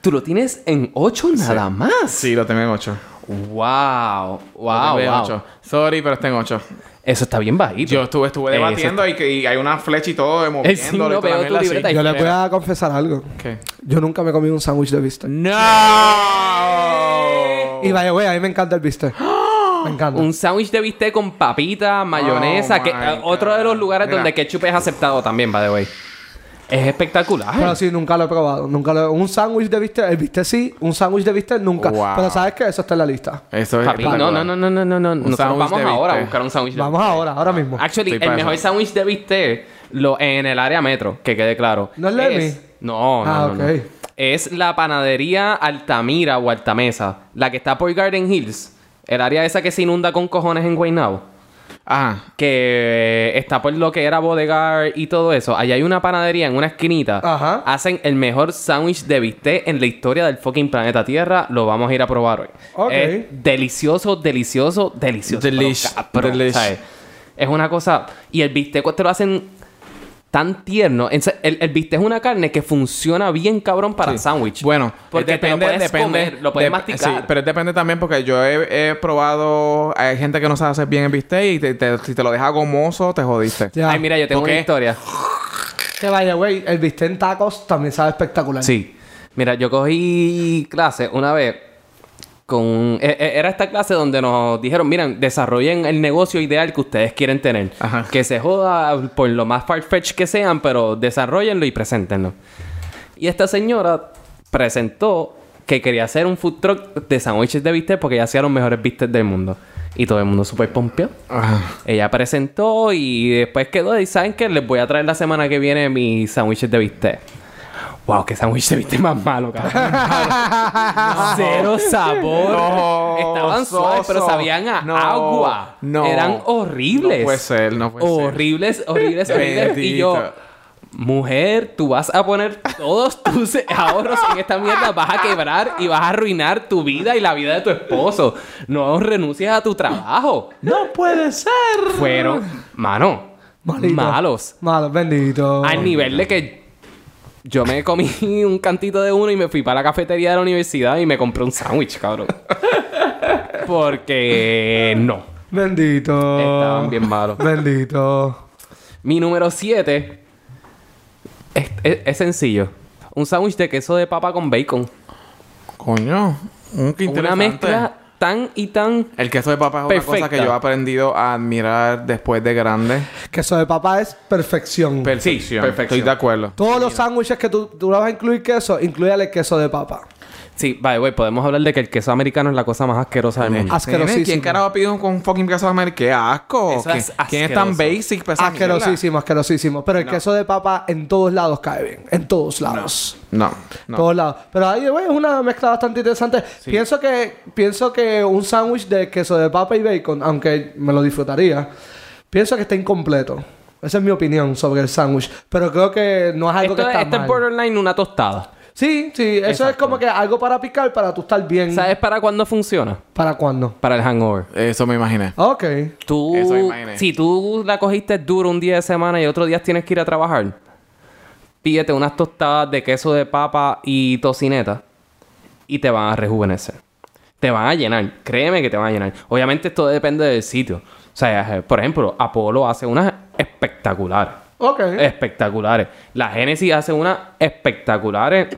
Speaker 1: Tú lo tienes en 8 nada más.
Speaker 2: Sí, lo tengo en 8.
Speaker 1: Wow, wow, Ah, wow.
Speaker 2: Sorry, pero está en 8.
Speaker 1: Eso está bien bajito.
Speaker 2: Yo estuve, estuve
Speaker 1: Eh, eso
Speaker 2: debatiendo y, que- y hay una flecha y todo de
Speaker 1: Eh, sí,
Speaker 2: moviéndolo
Speaker 1: no, veo
Speaker 2: y toda la
Speaker 1: tu
Speaker 2: mierda así.
Speaker 1: libreta y-
Speaker 3: Yo les voy a confesar algo.
Speaker 2: ¿Qué?
Speaker 3: Yo nunca me comí un sándwich de bistec.
Speaker 2: ¡No!
Speaker 3: Y vaya, güey, a mí me encanta el bistec. Me encanta.
Speaker 1: Un sándwich de bistec con papita, mayonesa,
Speaker 2: Oh
Speaker 1: que
Speaker 2: my
Speaker 1: eh, otro de los lugares
Speaker 2: Mira.
Speaker 1: donde ketchup es aceptado también, by the way. Es espectacular.
Speaker 3: Pero sí, nunca lo he probado. Nunca lo Un sándwich de bistec, el bistec sí, un sándwich de bistec nunca.
Speaker 2: Wow.
Speaker 3: Pero sabes que eso está en la lista.
Speaker 2: Eso es
Speaker 1: Papi, no,
Speaker 2: espectacular.
Speaker 1: no, no, no, no, no, no. Nosotros
Speaker 2: sándwich
Speaker 1: vamos
Speaker 2: de
Speaker 1: ahora a
Speaker 2: bistec.
Speaker 1: buscar un sándwich de
Speaker 3: Vamos ahora, ahora mismo.
Speaker 1: Actually,
Speaker 2: Estoy
Speaker 1: el
Speaker 2: pa'
Speaker 1: mejor
Speaker 2: esa.
Speaker 1: sándwich de bistec lo, en el área metro, que quede claro.
Speaker 3: ¿No es Lemmy?
Speaker 1: No, no,
Speaker 3: Ah,
Speaker 1: no, no.
Speaker 3: ok.
Speaker 1: Es la panadería Altamira o Altamesa, la que está por Garden Hills, el área esa que se inunda con cojones en Guaynabo.
Speaker 2: Ajá.
Speaker 1: que eh, está por lo que era bodegar y todo eso. Allá hay una panadería en una esquinita.
Speaker 3: Ajá.
Speaker 1: Hacen el mejor sándwich de bistec en la historia del fucking planeta Tierra. Lo vamos a ir a probar hoy.
Speaker 3: Ok.
Speaker 1: Es delicioso, delicioso, delicioso.
Speaker 2: Delish,
Speaker 1: Pero, cabrón,
Speaker 2: delish.
Speaker 1: ¿sabes? Es una cosa... Y el bistec te lo hacen tan tierno. En se- El, el bistec es una carne que funciona bien cabrón para sándwich.
Speaker 2: Bueno,
Speaker 1: Porque
Speaker 2: eh, depende,
Speaker 1: te lo puedes
Speaker 2: depende.
Speaker 1: comer, lo puedes
Speaker 2: dep-
Speaker 1: masticar.
Speaker 2: Sí, pero depende también porque yo he, he probado. Hay gente que no sabe hacer bien el bistec y te- te- si te lo deja gomoso, te jodiste.
Speaker 3: Ya.
Speaker 1: Ay, mira, yo tengo
Speaker 2: ¿Por
Speaker 1: una
Speaker 2: qué?
Speaker 1: historia.
Speaker 3: Que vaya, güey, el bistec en tacos también sabe espectacular.
Speaker 1: Sí. Mira, yo cogí clase una vez con... un- e- e- Era esta clase donde nos dijeron, miren, desarrollen el negocio ideal que ustedes quieren tener.
Speaker 2: Ajá.
Speaker 1: Que se joda por lo más farfetch que sean, pero desarrollenlo y preséntenlo. Y esta señora presentó que quería hacer un food truck de sándwiches de bistec porque ella hacía los mejores bistecs del mundo. Y todo el mundo súper pompeó.
Speaker 2: Ajá.
Speaker 1: Ella presentó y después quedó y saben que les voy a traer la semana que viene mis sándwiches de bistec. Wow, qué sándwich de bistec más malo, cabrón. Cero sabor.
Speaker 2: No,
Speaker 1: Estaban
Speaker 2: soso.
Speaker 1: suaves, pero sabían a
Speaker 2: No,
Speaker 1: agua.
Speaker 2: no.
Speaker 1: Eran horribles.
Speaker 2: No puede ser, no puede ser.
Speaker 1: horribles, Horribles, horribles, Y yo,
Speaker 2: Bendito.
Speaker 1: mujer, tú vas a poner todos tus ahorros en esta mierda, vas a quebrar y vas a arruinar tu vida y la vida de tu esposo. No renuncies a tu trabajo.
Speaker 2: ¡No puede ser!
Speaker 1: Fueron, mano,
Speaker 3: Malito.
Speaker 1: malos.
Speaker 3: Malos, bendito.
Speaker 1: Al nivel de que yo me comí un cantito de uno y me fui para la cafetería de la universidad y me compré un sándwich, cabrón. Porque no.
Speaker 3: Bendito.
Speaker 1: Estaban bien malos.
Speaker 3: Bendito.
Speaker 1: Mi número 7 es, es- es sencillo. Un sándwich de queso de papa con bacon.
Speaker 2: Coño. mm, qué interesante.
Speaker 1: Una mezcla tan y tan...
Speaker 2: El queso de papa es una
Speaker 1: Perfecta.
Speaker 2: cosa que yo he aprendido a admirar después de grande.
Speaker 3: Queso de papa es perfección.
Speaker 2: Perfección. Estoy
Speaker 1: perfección.
Speaker 2: de acuerdo.
Speaker 3: Todos los sándwiches que tú, tú vas a incluir queso, incluyale el queso de papa.
Speaker 1: Sí, vale, güey, podemos hablar de que el queso americano es la cosa más asquerosa del mundo.
Speaker 3: Asquerosísimo.
Speaker 2: Nene, ¿Quién carajo pide un, un fucking queso de América? ¡Qué asco!
Speaker 1: Eso es
Speaker 2: ¿Qui- ¿Quién es tan
Speaker 1: asqueroso.
Speaker 2: basic para esa mierda?
Speaker 3: Asquerosísimo, asquerosísimo. Pero el queso de papa en todos lados cae bien. En todos lados.
Speaker 2: No, no.
Speaker 3: Todos lados. Pero ahí, güey, es una mezcla bastante interesante. Pienso que pienso que un sándwich de queso de papa y bacon, aunque me lo disfrutaría, pienso que está incompleto. Esa es mi opinión sobre el sándwich. Pero creo que no es algo
Speaker 1: Esto,
Speaker 3: que
Speaker 1: es-
Speaker 3: está
Speaker 1: esto es
Speaker 3: mal.
Speaker 1: borderline una tostada.
Speaker 3: Sí, sí. Eso es como que algo para picar para tú estar bien.
Speaker 1: ¿Sabes para cuándo funciona?
Speaker 3: ¿Para cuándo?
Speaker 1: Para el hangover.
Speaker 2: Eso me imaginé.
Speaker 3: Ok.
Speaker 1: Tú,
Speaker 2: Eso me imaginé.
Speaker 1: si tú la cogiste duro un día de semana y el otro día tienes que ir a trabajar, pídete unas tostadas de queso de papa y tocineta y te van a rejuvenecer. Te van a llenar, créeme que te van a llenar. Obviamente esto depende del sitio. O sea, eh, por ejemplo, Apolo hace unas espectaculares.
Speaker 3: Ok.
Speaker 1: Eh. Espectaculares. La Génesis hace unas espectaculares.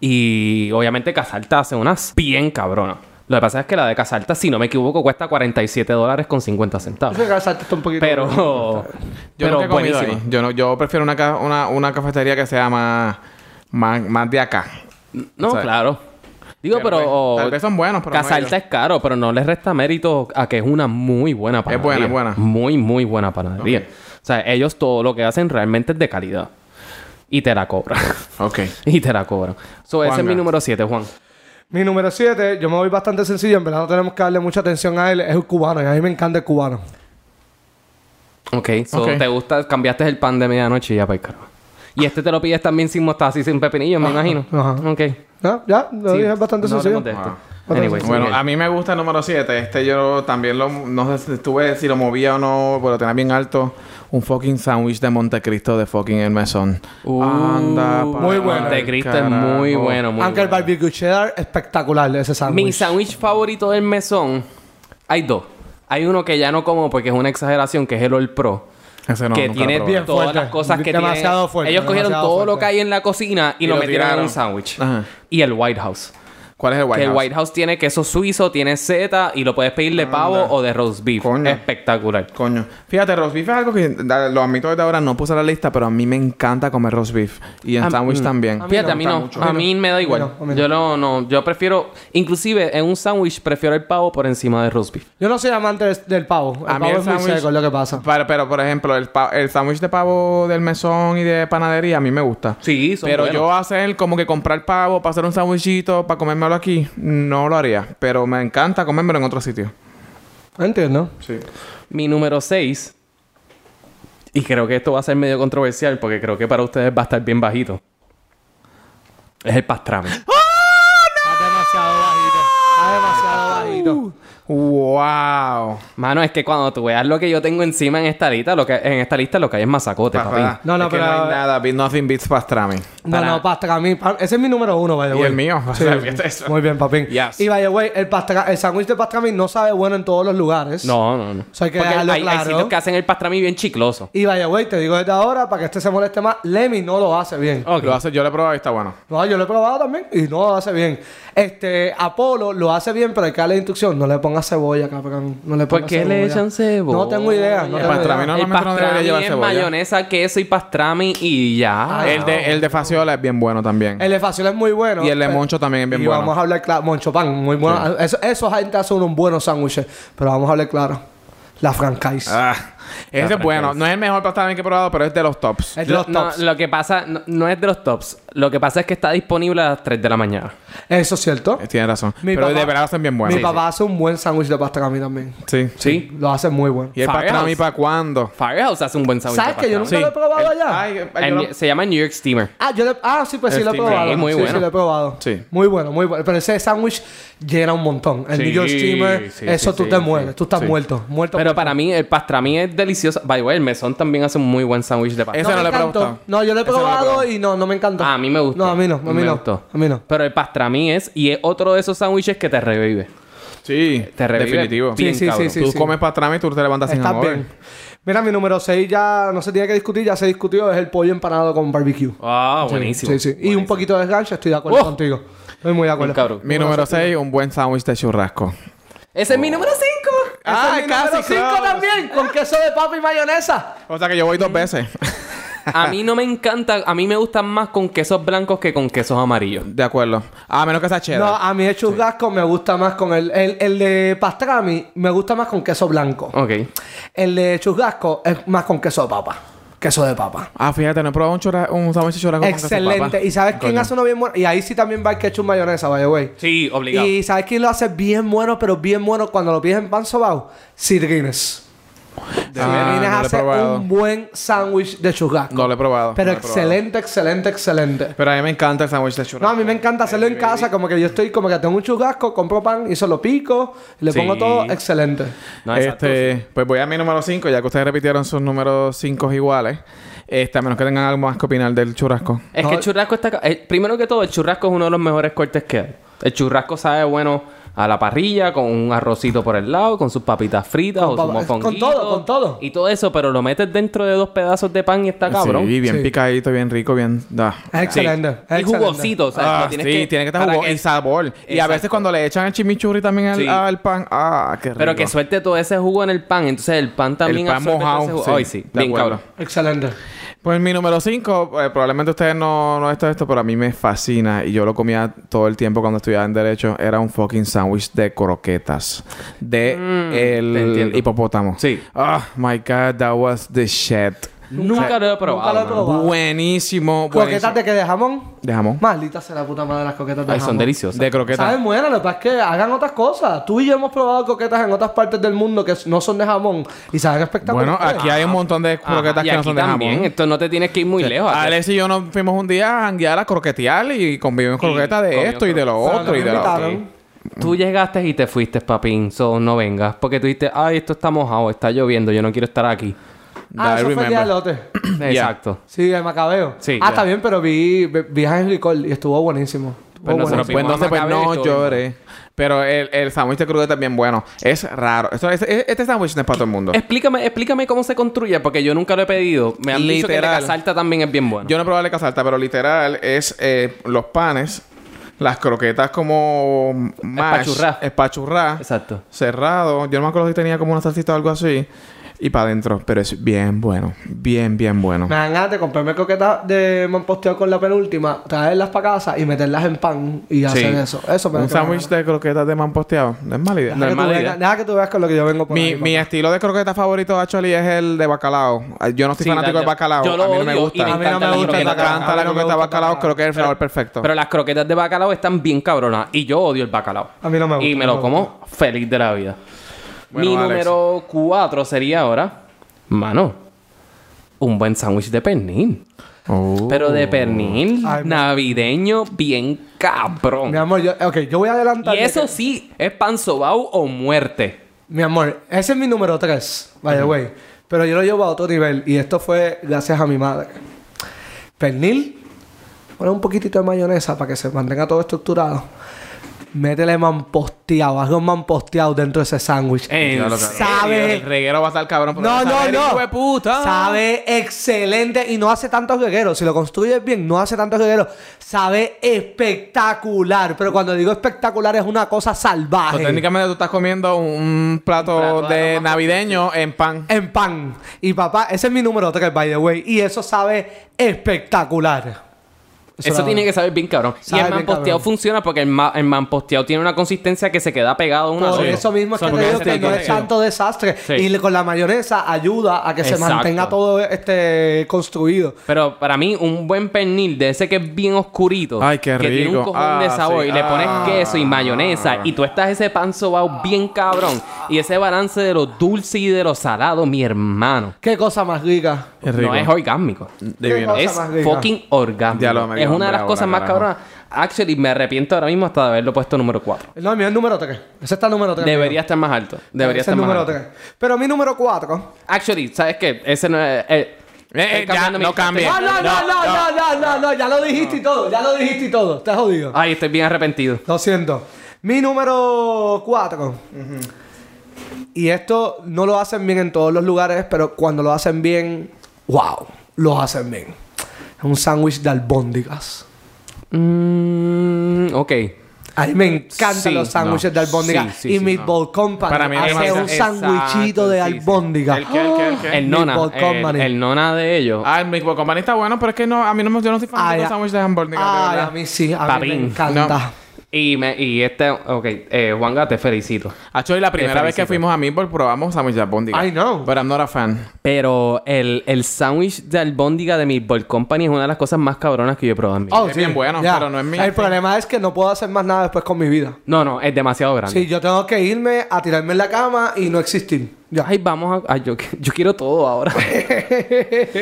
Speaker 1: Y obviamente Casalta hace unas bien cabronas. Lo que pasa es que la de Casalta, si no me equivoco, cuesta 47 dólares con 50 centavos.
Speaker 3: Yo creo que saltaste un poquito.
Speaker 1: Pero.
Speaker 2: Yo
Speaker 1: pero
Speaker 2: nunca he comido
Speaker 1: buenísima.
Speaker 2: ahí. Yo, no, yo prefiero una, ca- una, una cafetería que sea más, más, más de acá.
Speaker 1: No,
Speaker 2: O sea,
Speaker 1: claro. Digo,
Speaker 2: Tal
Speaker 1: pero.
Speaker 2: vez- tal vez son buenos, pero no
Speaker 1: Casalta
Speaker 2: ellos.
Speaker 1: es caro, pero no les resta mérito a que es una muy buena panadería.
Speaker 2: buena, es buena.
Speaker 1: Muy, muy buena panadería. O sea, ellos todo lo que hacen realmente es de calidad. Y te la cobran.
Speaker 2: Ok.
Speaker 1: y te la cobran. So, ese es
Speaker 2: Juanga.
Speaker 1: mi número 7, Juan.
Speaker 3: Mi número 7, yo me voy bastante sencillo, en verdad no tenemos que darle mucha atención a él, es el cubano y a mí me encanta el cubano.
Speaker 1: Ok, so
Speaker 2: Ok.
Speaker 1: te gusta, cambiaste el pan de medianoche y ya para el carajo. Y este te lo pides también sin mostaza y sin pepinillo, me imagino.
Speaker 3: ajá.
Speaker 1: Ok.
Speaker 3: ¿Ya? ¿Ya? Lo
Speaker 1: Sí,
Speaker 3: dije, es bastante
Speaker 1: no
Speaker 3: sencillo.
Speaker 1: hablemos de esto.
Speaker 3: Ah.
Speaker 1: Anyways,
Speaker 2: Bueno,
Speaker 1: ok.
Speaker 2: a mí me gusta el número 7. Este yo también lo... No sé si estuve... Si lo movía o no, pero tenía bien alto. Un fucking sándwich de Montecristo de fucking El Mesón.
Speaker 1: Uh,
Speaker 2: ah,
Speaker 3: Muy bueno.
Speaker 1: Montecristo es muy bueno, muy
Speaker 3: Aunque el
Speaker 1: bueno.
Speaker 3: barbecue cheddar espectacular de ese
Speaker 1: Mi
Speaker 3: sándwich.
Speaker 1: sándwich favorito del mesón, hay dos. Hay uno que ya no como porque es una exageración, que es el All Pro.
Speaker 2: Ese no,
Speaker 1: que
Speaker 2: nunca lo
Speaker 1: tiene
Speaker 2: probé.
Speaker 3: Bien
Speaker 1: todas
Speaker 3: fuerte.
Speaker 1: las cosas que
Speaker 3: Demasiado
Speaker 1: tiene.
Speaker 3: fuerte,
Speaker 1: Ellos cogieron
Speaker 3: demasiado
Speaker 1: todo lo
Speaker 3: fuerte.
Speaker 1: que hay en la cocina y,
Speaker 2: Y
Speaker 1: lo,
Speaker 2: lo
Speaker 1: metieron en
Speaker 2: tiraron.
Speaker 1: un sándwich.
Speaker 2: Ajá.
Speaker 1: Y el White House.
Speaker 2: ¿Cuál es el White
Speaker 1: que
Speaker 2: House?
Speaker 1: el White House tiene queso suizo, tiene seta y lo puedes pedir de pavo
Speaker 2: Anda.
Speaker 1: o de roast beef.
Speaker 2: Coño.
Speaker 1: Espectacular.
Speaker 2: Coño. Fíjate, roast beef es algo que... da- Lo admito desde ahora. No puse a la lista, pero a mí me encanta comer roast beef. Y en
Speaker 1: Am-
Speaker 2: sándwich también.
Speaker 1: Fíjate, a mí
Speaker 3: gusta
Speaker 1: no.
Speaker 3: mucho.
Speaker 1: A mí me da igual.
Speaker 3: A mí no, a mí no.
Speaker 1: Yo no, no. Yo prefiero... Inclusive, en un sándwich prefiero el pavo por encima de roast beef.
Speaker 3: Yo no soy amante des- del pavo. El
Speaker 2: A mí
Speaker 3: pavo
Speaker 2: el
Speaker 3: es muy
Speaker 2: sándwich-
Speaker 3: seco, es lo que pasa.
Speaker 2: Pero, pero, por ejemplo, el, pa- el sándwich de pavo del mesón y de panadería a mí me gusta.
Speaker 1: Sí, son
Speaker 2: Pero
Speaker 1: buenos.
Speaker 2: yo hacer como que comprar pavo para hacer un sándwichito, para comérmelo aquí, no lo haría. Pero me encanta comérmelo en otro sitio.
Speaker 3: Entiendo.
Speaker 2: Sí.
Speaker 1: Mi número 6... Y creo que esto va a ser medio controversial porque creo que para ustedes va a estar bien bajito. Es el pastrami.
Speaker 3: Está demasiado bajito. Está demasiado bajito.
Speaker 2: ¡Wow!
Speaker 1: Mano, es que cuando tú veas lo que yo tengo encima en esta lista, lo que, en esta lista lo que hay es masacote,
Speaker 2: Pasta.
Speaker 1: papi.
Speaker 3: No, no,
Speaker 2: Es que
Speaker 3: pero-
Speaker 2: no hay nada. Be- Nothing beats pastrami.
Speaker 3: No, no, pastra. mí, pa- ese es mi número uno, by the
Speaker 2: Y
Speaker 3: way.
Speaker 2: el mío. O
Speaker 3: Sí,
Speaker 2: sea, fíjate eso.
Speaker 3: Muy bien, papín.
Speaker 2: Yes.
Speaker 3: Y by the way, el, pastra- el sándwich de pastra mí no sabe bueno en todos los lugares.
Speaker 1: No, no, no.
Speaker 3: O sea, hay que
Speaker 1: Porque
Speaker 3: dejarlo
Speaker 1: hay, hay
Speaker 3: claro.
Speaker 1: sitios que hacen el pastrami bien chicloso.
Speaker 3: Y vaya, güey, te digo desde ahora para que este se moleste más. Lemmy no lo hace bien.
Speaker 1: Ok.
Speaker 2: Lo hace, yo lo he probado y está bueno.
Speaker 3: No, yo lo he probado también y no lo hace bien. Este, Apolo lo hace bien, pero hay que darle instrucción. No le pongas cebolla, cabrón. No le
Speaker 1: ¿Por
Speaker 3: pongas
Speaker 1: qué
Speaker 3: cebolla.
Speaker 1: le echan cebolla?
Speaker 3: No tengo idea. No
Speaker 1: El
Speaker 3: tengo
Speaker 2: pastrami
Speaker 3: idea.
Speaker 2: no-
Speaker 1: el
Speaker 2: Normalmente debería
Speaker 1: pastrami
Speaker 2: llevar
Speaker 1: es
Speaker 2: cebolla.
Speaker 1: mayonesa, queso y pastrami y ya.
Speaker 3: Ah,
Speaker 2: el, de, el de Faciola es bien bueno también.
Speaker 3: El de Faciola es muy bueno.
Speaker 2: Y el de
Speaker 3: pe-
Speaker 2: Moncho también es bien
Speaker 3: y
Speaker 2: bueno.
Speaker 3: vamos a hablar claro. Moncho Pan, muy bueno. Eso, eso gente hace unos buenos sándwiches. Pero vamos a hablar claro. La franchise.
Speaker 2: Ah, ese es bueno. No es el mejor pastrami que he probado, pero es de los tops.
Speaker 3: Es de
Speaker 1: Lo,
Speaker 3: los
Speaker 1: no,
Speaker 3: tops.
Speaker 1: lo que pasa, no, no es de los tops. Lo que pasa es que está disponible a las 3 de la mañana.
Speaker 3: Eso es cierto.
Speaker 2: Eh, Tiene razón.
Speaker 3: Mi
Speaker 2: pero
Speaker 3: papá-
Speaker 2: de verdad son bien buenos.
Speaker 3: Mi papá hace un buen sándwich de pastrami también.
Speaker 2: Sí.
Speaker 1: Sí.
Speaker 3: Lo hace muy bueno.
Speaker 2: ¿Y el
Speaker 1: Firehouse.
Speaker 2: pastrami para cuándo?
Speaker 1: Firehouse hace un buen sándwich.
Speaker 3: ¿Sabes
Speaker 1: de
Speaker 3: que yo nunca
Speaker 1: pastrami.
Speaker 2: Sí.
Speaker 3: lo he probado
Speaker 2: El-
Speaker 3: allá?
Speaker 2: ay, ay, yo
Speaker 1: En-
Speaker 2: lo-
Speaker 1: Se llama New York Steamer.
Speaker 3: Ah, yo le, ah, sí, pues sí
Speaker 2: El
Speaker 3: lo he
Speaker 2: steak
Speaker 3: probado.
Speaker 1: es muy
Speaker 3: sí,
Speaker 1: bueno.
Speaker 3: sí, lo he probado.
Speaker 2: Sí.
Speaker 3: Muy bueno, muy bueno. Pero ese sándwich llena un montón. El
Speaker 1: Sí,
Speaker 3: New York Steamer,
Speaker 1: sí,
Speaker 3: eso
Speaker 1: sí,
Speaker 3: tú
Speaker 1: sí,
Speaker 3: te
Speaker 1: sí.
Speaker 3: mueres. Tú estás muerto. Muerto.
Speaker 1: Pero para mí, el pastrami es delicioso. By the way, el mesón también hace un muy buen sándwich de pastrami.
Speaker 2: Ese no
Speaker 3: me
Speaker 2: lo he
Speaker 3: encantó.
Speaker 2: probado.
Speaker 3: No, yo lo he
Speaker 2: Ese no lo he
Speaker 3: probado
Speaker 2: probado.
Speaker 3: y no, no me encantó.
Speaker 1: Ah, a mí me gustó.
Speaker 3: No, a mí no, a mí
Speaker 1: Me
Speaker 3: no.
Speaker 1: gustó.
Speaker 3: A mí no.
Speaker 1: Pero el pastrami es... Y es otro de esos sándwiches que te revive.
Speaker 2: Sí,
Speaker 1: Te revive.
Speaker 2: definitivo.
Speaker 1: Bien,
Speaker 3: Sí, sí,
Speaker 1: cabrón.
Speaker 3: sí, sí.
Speaker 2: tú comes para atrás y tú te levantas sin
Speaker 3: Estás
Speaker 2: amor.
Speaker 3: bien. Mira, mi número 6 ya no se tiene que discutir, ya se discutió, es el pollo empanado con barbecue.
Speaker 1: Ah, buenísimo.
Speaker 3: Sí, sí. Y un poquito de gancho, estoy de acuerdo
Speaker 1: ¡Oh!
Speaker 3: contigo. Estoy muy de
Speaker 1: Bien,
Speaker 3: acuerdo.
Speaker 1: cabrón.
Speaker 2: Mi número 6, un buen sándwich de churrasco.
Speaker 1: Ese es mi número 5.
Speaker 2: Ah, casi, claro.
Speaker 3: también, con queso de papa y mayonesa.
Speaker 2: O sea que yo voy
Speaker 1: Mm.
Speaker 2: dos veces.
Speaker 1: A mí no me encanta, a mí me gustan más con quesos blancos que con quesos amarillos.
Speaker 2: de acuerdo. A menos que sea
Speaker 3: No,
Speaker 2: cheddar.
Speaker 3: a mí el churrasco me gusta más con el, el... El de pastrami me gusta más con queso blanco.
Speaker 2: Ah.
Speaker 1: Ok.
Speaker 3: El de churrasco es más con queso de papa. Queso de papa.
Speaker 2: Ah, fíjate, no he probado un, churra- un sándwich de churrasco con
Speaker 3: Excelente.
Speaker 2: queso
Speaker 3: ¿Y sabes quién
Speaker 2: Coño.
Speaker 3: hace uno bien bueno? Y ahí sí también va el ketchup mayonesa, by the way.
Speaker 1: Sí, obligado.
Speaker 3: Y ¿sabes quién lo hace bien bueno, pero bien bueno cuando lo pides en pan sobao? Sid Guinness. Sid
Speaker 2: Ah, no
Speaker 3: Guinness
Speaker 2: lo he
Speaker 3: hace
Speaker 2: probado.
Speaker 3: un buen sándwich de churrasco.
Speaker 2: No lo he probado. no
Speaker 3: Pero
Speaker 2: lo he probado.
Speaker 3: excelente, excelente, excelente.
Speaker 2: Pero a mí me encanta el sándwich de churrasco.
Speaker 3: No, a mí me encanta hacerlo en casa, como que yo estoy, como que tengo un churrasco, compro pan y eso lo pico, le
Speaker 1: Sí.
Speaker 3: pongo todo, excelente.
Speaker 1: No, exacto.
Speaker 2: este, Pues voy a mi número 5, ya que ustedes repitieron sus números 5 iguales. Este, a menos que tengan algo más que opinar del churrasco.
Speaker 1: Es que el churrasco está... ca- eh, primero que todo, el churrasco es uno de los mejores cortes que hay. El churrasco sabe bueno a la parrilla, con un arrocito por el lado, con sus papitas fritas
Speaker 3: Con
Speaker 1: o
Speaker 3: papa-
Speaker 1: sus mofonguitos.
Speaker 3: con todo, con todo.
Speaker 1: Y todo eso, pero lo metes dentro de dos pedazos de pan y está cabrón.
Speaker 2: Sí, bien
Speaker 3: Sí.
Speaker 2: picadito, bien rico, bien. da.
Speaker 3: Es excelente. es
Speaker 1: Y
Speaker 3: excelente.
Speaker 1: jugosito, o sea,
Speaker 2: Ah,
Speaker 1: lo tienes
Speaker 2: sí,
Speaker 1: que...
Speaker 2: tiene que estar
Speaker 1: para
Speaker 2: jugo y sabor. Y a
Speaker 1: Exacto.
Speaker 2: veces cuando le echan el chimichurri también al,
Speaker 1: Sí.
Speaker 2: al pan, ah, qué rico.
Speaker 1: Pero que suelte todo ese jugo en el pan. Entonces el pan también
Speaker 2: pan
Speaker 1: absorbe todo
Speaker 2: mojado,
Speaker 1: ese jugo.
Speaker 2: sí,
Speaker 1: Ay, sí.
Speaker 2: de
Speaker 1: Bien
Speaker 2: acuerdo.
Speaker 1: cabrón.
Speaker 3: Excelente.
Speaker 2: Pues mi número 5, probablemente ustedes no, no esto, esto, pero a mí me fascina y yo lo comía todo el tiempo cuando estudiaba en Derecho. Era un fucking sándwich de croquetas de
Speaker 1: Mm, te
Speaker 2: el
Speaker 1: entiendo.
Speaker 2: hipopótamo.
Speaker 1: Sí.
Speaker 2: Oh my god, that was the shit.
Speaker 1: Nunca lo he probado.
Speaker 3: Nunca lo he
Speaker 1: mano. pues.
Speaker 3: probado. Oh, Wow.
Speaker 2: Buenísimo, buenísimo.
Speaker 3: Croquetas de que de jamón.
Speaker 2: De jamón.
Speaker 3: Maldita sea la puta madre las coquetas de
Speaker 1: Ay,
Speaker 3: jamón.
Speaker 1: son deliciosas.
Speaker 2: De croquetas.
Speaker 3: Saben buenas, lo que pasa es que hagan otras cosas. Tú y yo hemos probado coquetas en otras partes del mundo que no son de jamón y saben espectaculares.
Speaker 2: Bueno, aquí hay un montón de
Speaker 1: Ajá,
Speaker 2: croquetas
Speaker 1: y
Speaker 2: que no
Speaker 1: aquí
Speaker 2: son de
Speaker 1: también.
Speaker 2: jamón.
Speaker 1: Esto no te tienes que ir muy lejos. Aquí-
Speaker 2: Alex Este, y yo nos fuimos un día a janguear a croquetear y convivimos croquetas de
Speaker 1: comimos
Speaker 2: esto y de lo
Speaker 3: O sea,
Speaker 2: otro y
Speaker 3: nos
Speaker 2: de lo
Speaker 3: Ah, invitaron.
Speaker 2: otro.
Speaker 1: Tú llegaste y te fuiste, papín. So, no vengas. Porque tú dijiste, ay, esto está mojado, está lloviendo, yo no quiero estar aquí.
Speaker 3: Ah,
Speaker 2: I
Speaker 3: eso fue el
Speaker 2: remember.
Speaker 3: día del lote.
Speaker 1: Exacto.
Speaker 3: Sí, el Macabeo.
Speaker 1: Sí,
Speaker 3: Ah,
Speaker 1: ya.
Speaker 3: está bien, pero vi vi- vi a Henry Cole y estuvo buenísimo. Estuvo
Speaker 1: Pues nosotros-
Speaker 2: Bueno,
Speaker 1: Bueno, fuimos
Speaker 2: pues entonces,
Speaker 1: a
Speaker 2: pues
Speaker 1: Macabeo y
Speaker 2: no
Speaker 1: todo bien.
Speaker 2: llores. Pero el, el sándwich de crudo es bien bueno. Es raro. Esto- es- es- este sándwich no es para todo el mundo.
Speaker 1: Explícame, explícame cómo se construye, porque yo nunca lo he pedido. Me han dicho que el de
Speaker 2: Literal.
Speaker 1: casalta también es bien bueno.
Speaker 2: Yo no he probado el casalta, pero literal es eh, los panes, las croquetas como mash,
Speaker 1: Espachurrá.
Speaker 2: espachurrá,
Speaker 1: Exacto.
Speaker 2: cerrado. Yo no me acuerdo si tenía como una salsita o algo así. Y para adentro. Pero es bien bueno. Bien, bien bueno.
Speaker 3: Me dan ganas de comprarme coquetas de manposteo con la penúltima, traerlas para casa y meterlas en pan y hacer eso. Eso me da
Speaker 2: Un
Speaker 3: que me
Speaker 2: sándwich
Speaker 3: dan
Speaker 2: de croquetas de man posteado. No es mala idea.
Speaker 3: ganas. Deja que tú
Speaker 1: normal
Speaker 3: veas-
Speaker 1: idea.
Speaker 3: Deja que tú veas con lo que yo vengo por
Speaker 2: Mi,
Speaker 3: ahí,
Speaker 2: mi
Speaker 3: papá.
Speaker 2: estilo de croqueta favorito, actually, es el de bacalao. Ah, Yo no soy
Speaker 1: Sí,
Speaker 2: fanático
Speaker 1: la-
Speaker 2: del bacalao.
Speaker 1: yo lo
Speaker 2: a mí no me
Speaker 1: odio y
Speaker 2: gusta.
Speaker 1: me A mí no encantan me las gusta
Speaker 2: Me
Speaker 1: el croquetas. bacalao.
Speaker 2: encanta la
Speaker 3: A mí no
Speaker 2: croqueta
Speaker 3: me
Speaker 2: de
Speaker 3: gusta el
Speaker 2: bacalao.
Speaker 3: bacalao.
Speaker 2: Creo que es el sabor perfecto.
Speaker 1: Pero las croquetas de bacalao están bien cabronas. Y yo odio el bacalao.
Speaker 3: A mí no me gusta,
Speaker 1: Y me
Speaker 3: no
Speaker 1: lo
Speaker 3: me
Speaker 1: como feliz de la vida.
Speaker 2: Bueno,
Speaker 1: Mi
Speaker 2: Alex.
Speaker 1: número cuatro sería ahora, mano, un buen sándwich de pernil.
Speaker 2: Oh.
Speaker 1: Pero de pernil
Speaker 3: Uh. Ay, mi-
Speaker 1: navideño bien cabrón.
Speaker 3: Mi amor, yo, ok, yo voy a adelantar.
Speaker 1: Y
Speaker 3: de
Speaker 1: eso
Speaker 3: que-
Speaker 1: sí, es pan sobao o muerte.
Speaker 3: Mi amor, ese es mi número 3, by the way. Pero yo lo llevo a otro nivel y esto fue gracias a mi madre. Pernil, pon un poquitito de mayonesa para que se mantenga todo estructurado. Métele mamposteado, hazlo mamposteado dentro de ese sándwich.
Speaker 1: En
Speaker 2: Ya lo cabrón.
Speaker 3: sabe.
Speaker 2: El reguero va a estar cabrón. pero
Speaker 3: No,
Speaker 2: vas a
Speaker 3: no,
Speaker 2: ver, hijo de
Speaker 3: no.
Speaker 2: puta.
Speaker 3: Sabe excelente y no hace tantos guerreros. Si lo construyes bien, no hace tantos guerreros. Sabe espectacular. Pero cuando digo espectacular es una cosa
Speaker 2: So,
Speaker 3: salvaje.
Speaker 2: Pues técnicamente tú estás comiendo un plato,
Speaker 1: plato de
Speaker 2: de
Speaker 1: arroz más
Speaker 2: navideño en pan.
Speaker 3: en pan. Y papá, ese es mi número 3, by the way. Y eso sabe espectacular.
Speaker 1: Eso tiene que saber bien cabrón.
Speaker 3: Sabe
Speaker 1: y el
Speaker 3: bien
Speaker 1: man posteado
Speaker 3: cabrón.
Speaker 1: funciona porque el, ma- el man posteado tiene una consistencia que se queda pegado a una
Speaker 3: Por
Speaker 1: sola.
Speaker 3: eso mismo es
Speaker 1: So,
Speaker 3: que te
Speaker 1: porque
Speaker 3: digo
Speaker 1: ese
Speaker 3: que
Speaker 1: tipo
Speaker 3: no
Speaker 1: de-
Speaker 3: es tanto desastre.
Speaker 1: Sí.
Speaker 3: Y le- con la mayonesa ayuda a que se
Speaker 1: Exacto.
Speaker 3: mantenga todo este construido.
Speaker 1: Pero para mí, un buen pernil de ese que es bien oscurito.
Speaker 2: Ay, qué
Speaker 1: Que tiene un
Speaker 2: rico.
Speaker 1: cojón
Speaker 2: Ah,
Speaker 1: de sabor
Speaker 2: sí.
Speaker 1: y le pones
Speaker 2: Ah.
Speaker 1: queso y mayonesa. Y tú estás ese pan sobao bien cabrón. Y ese balance de lo dulce y de lo salado, mi hermano.
Speaker 3: Qué cosa más rica.
Speaker 2: Es rico.
Speaker 1: No es orgánico.
Speaker 2: Divino. Eh,
Speaker 3: cosa
Speaker 1: Es
Speaker 3: más rica.
Speaker 1: fucking orgánico.
Speaker 2: Ya lo me
Speaker 1: es
Speaker 2: dio
Speaker 1: una de
Speaker 2: hambre
Speaker 1: las cosas
Speaker 2: ahora,
Speaker 1: más
Speaker 2: carajo.
Speaker 1: cabronas. Actually, me arrepiento ahora mismo hasta de haberlo puesto número 4.
Speaker 3: No, mi es número 3. Ese está número 3.
Speaker 1: Debería estar más alto. Debería estar más
Speaker 3: número
Speaker 1: alto.
Speaker 3: 3. Pero mi número 4.
Speaker 1: Actually, ¿sabes qué? Ese no es. eh,
Speaker 2: Eh, eh,
Speaker 1: estoy
Speaker 2: ya,
Speaker 1: cambiando mi-
Speaker 2: Eh, no cambie.
Speaker 3: Ah, No, no, no, no, no, no, no, no, ya lo dijiste y todo. Ya lo dijiste y todo. Estás jodido.
Speaker 1: Ay, estoy bien arrepentido.
Speaker 3: Ah, Lo siento. Mi número 4. Y esto no lo hacen bien en todos los lugares, pero cuando lo hacen bien, wow, lo hacen bien. Es un sándwich de albóndigas.
Speaker 1: Mm, ok.
Speaker 3: A mí me encantan
Speaker 1: Sí,
Speaker 3: los sándwiches
Speaker 1: no.
Speaker 3: de albóndigas.
Speaker 1: Sí, sí,
Speaker 3: y
Speaker 1: sí,
Speaker 3: Meatball Company
Speaker 2: Para mí es
Speaker 3: hace
Speaker 2: demasiado-
Speaker 3: un sándwichito de
Speaker 2: Exacto, sí, sí.
Speaker 3: albóndigas.
Speaker 2: ¿El qué, el qué, el qué?
Speaker 1: El nona.
Speaker 3: Meatball
Speaker 1: El,
Speaker 3: Company.
Speaker 1: el nona de ellos.
Speaker 2: Ah, el Meatball Company está bueno, pero es que no, a mí no me yo no soy fan
Speaker 3: Ay,
Speaker 2: de
Speaker 3: a-
Speaker 2: los sándwiches de hamburguesa. de
Speaker 3: Ay,
Speaker 2: verdad.
Speaker 3: a mí sí, a mí
Speaker 1: Papín.
Speaker 3: me encanta.
Speaker 1: Y, me, y este, ok, eh, Juanga, te felicito.
Speaker 2: Acho, y la primera vez
Speaker 1: felicito.
Speaker 2: que fuimos a Meatball probamos sándwiches de albóndiga.
Speaker 3: I know.
Speaker 2: But I'm not a fan.
Speaker 1: Pero el, el sándwich de albóndiga de Meatball Company es una de las cosas más cabronas que yo he probado en mi
Speaker 3: Oh,
Speaker 1: vida.
Speaker 2: Es bien bueno, pero no es mi-
Speaker 3: El problema es que no puedo hacer más nada después con mi vida.
Speaker 1: No, no, es demasiado grande.
Speaker 3: Sí, yo tengo que irme a tirarme en la cama y no existir. Ya.
Speaker 1: Ay, vamos a... ay, yo, yo quiero todo ahora.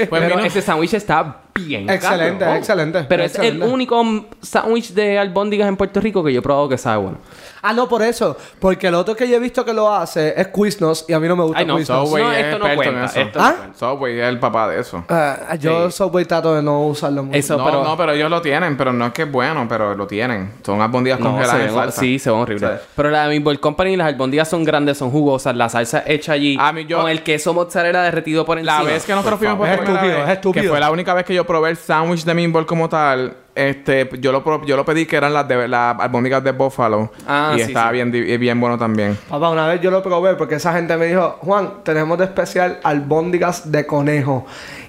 Speaker 2: Pues
Speaker 1: Pero
Speaker 2: vino-
Speaker 1: ese sándwich está bien
Speaker 3: Excelente,
Speaker 1: cabrón.
Speaker 3: excelente,
Speaker 1: Pero es
Speaker 3: excelente.
Speaker 1: el único mm, sándwich de albóndigas en Puerto Rico que yo he probado que sabe bueno.
Speaker 3: Ah, no, por eso. Porque el otro que yo he visto que lo hace es Quiznos y a mí no me gusta
Speaker 1: Ay, no,
Speaker 3: Quiznos.
Speaker 2: Subway
Speaker 1: No,
Speaker 2: es
Speaker 1: esto no
Speaker 2: experto en
Speaker 1: cuenta,
Speaker 2: eso.
Speaker 1: esto
Speaker 3: no pues, ¿Ah? cuenta.
Speaker 2: Subway es el papá de eso.
Speaker 3: Ah, yo Subway trato de no usarlo mucho.
Speaker 1: Eso,
Speaker 2: no,
Speaker 1: pero...
Speaker 2: no, pero ellos lo tienen, pero no es que es bueno, pero lo tienen. Son albóndigas
Speaker 1: No, Pues se
Speaker 2: congeladas en
Speaker 1: ven-
Speaker 2: salsa.
Speaker 1: sí, se ven horribles.
Speaker 2: Sí.
Speaker 1: Pero la de Meatball Company, las albóndigas son grandes, son jugosas. La salsa hecha allí
Speaker 2: A mí yo-
Speaker 1: con el queso mozzarella derretido por encima. Pues,
Speaker 2: La vez que nosotros fuimos por
Speaker 3: favor. Es
Speaker 2: primera
Speaker 3: estúpido,
Speaker 2: vez,
Speaker 3: es estúpido.
Speaker 2: que fue la única vez que yo probé el sándwich de Meatball como tal, este, yo lo pro- yo lo pedí que eran las de las albóndigas de Buffalo
Speaker 1: Ah,
Speaker 2: y
Speaker 1: sí,
Speaker 2: estaba
Speaker 1: sí.
Speaker 2: bien di- bien bueno también.
Speaker 3: Papá, una vez yo lo probé porque esa gente me dijo, Juan, tenemos de especial albóndigas de conejo.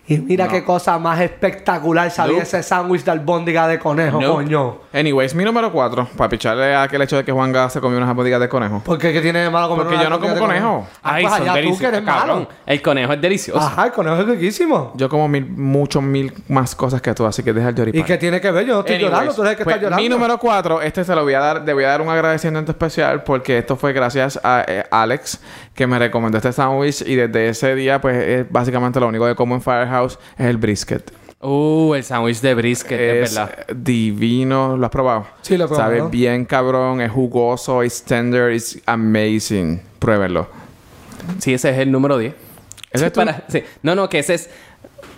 Speaker 3: Y mira qué cosa más espectacular sabía
Speaker 2: Nope.
Speaker 3: ese sándwich de albóndiga de conejo,
Speaker 1: Nope.
Speaker 3: coño.
Speaker 2: Anyways, mi número 4, para picharle a aquel hecho de que Juanga se comió unas albóndigas de conejo.
Speaker 3: ¿Por qué? ¿Qué tiene de malo comer
Speaker 2: Porque
Speaker 3: una
Speaker 2: yo no
Speaker 3: albóndiga
Speaker 2: como
Speaker 3: de
Speaker 2: conejo.
Speaker 3: Ah,
Speaker 1: Ay,
Speaker 3: pues
Speaker 1: son
Speaker 3: allá tú que
Speaker 1: deliciosas,
Speaker 3: eres malo.
Speaker 1: cabrón. El conejo es delicioso.
Speaker 3: Ajá, el conejo es riquísimo.
Speaker 2: Yo como mil, mucho mil más cosas que tú, así que deja el
Speaker 3: ¿Y
Speaker 2: lloripan.
Speaker 3: qué tiene que ver? Yo no estoy
Speaker 2: Anyways,
Speaker 3: llorando, tú eres el que
Speaker 2: pues,
Speaker 3: está llorando.
Speaker 2: Mi número 4, este se lo voy a dar, le voy a dar un agradecimiento especial porque esto fue gracias a eh, Alex que me recomendó este sándwich y desde ese día pues es básicamente lo único que como en Firehouse es el brisket.
Speaker 1: Uh, el sándwich de brisket, es,
Speaker 2: Ah. es
Speaker 1: verdad.
Speaker 2: divino, ¿lo has probado?
Speaker 3: Sí, lo he probado.
Speaker 2: Sabe bien cabrón, es jugoso, es tender, es amazing. Pruébenlo.
Speaker 1: Sí, ese es el número 10.
Speaker 2: ¿Ese es tu-
Speaker 1: Para- sí. No, no, que ese es...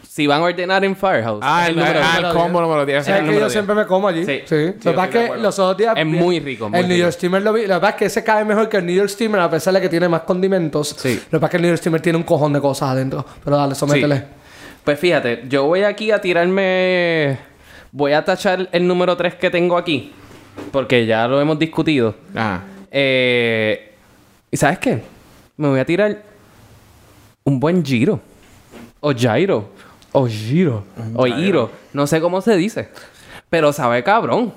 Speaker 1: Si van a ordenar en Firehouse.
Speaker 2: Ah,
Speaker 1: es
Speaker 2: el, ah, el combo número 10.
Speaker 1: Era
Speaker 3: Es
Speaker 1: el
Speaker 3: que
Speaker 1: número
Speaker 3: yo
Speaker 1: diez.
Speaker 3: siempre me como allí.
Speaker 1: Sí.
Speaker 3: Sí.
Speaker 1: Sí,
Speaker 3: Lo que pasa es
Speaker 2: estoy de
Speaker 3: que
Speaker 2: acuerdo.
Speaker 3: los otros días.
Speaker 1: Es muy rico, muy
Speaker 3: el New
Speaker 1: rico.
Speaker 3: York Steamer lo vi. La verdad es que ese cae mejor que el New York Steamer, a pesar de que tiene más condimentos.
Speaker 1: Sí.
Speaker 3: Lo que pasa es que el New York Steamer tiene un cojón de cosas adentro. Pero dale, sométele.
Speaker 1: Sí. Pues fíjate, yo voy aquí a tirarme. Voy a tachar el número 3 que tengo aquí. Porque ya lo hemos discutido.
Speaker 2: Ajá.
Speaker 1: Eh, ¿Y sabes qué? Me voy a tirar un buen giro. O gyro. O giro. O giro. No sé cómo se dice. Pero sabe cabrón.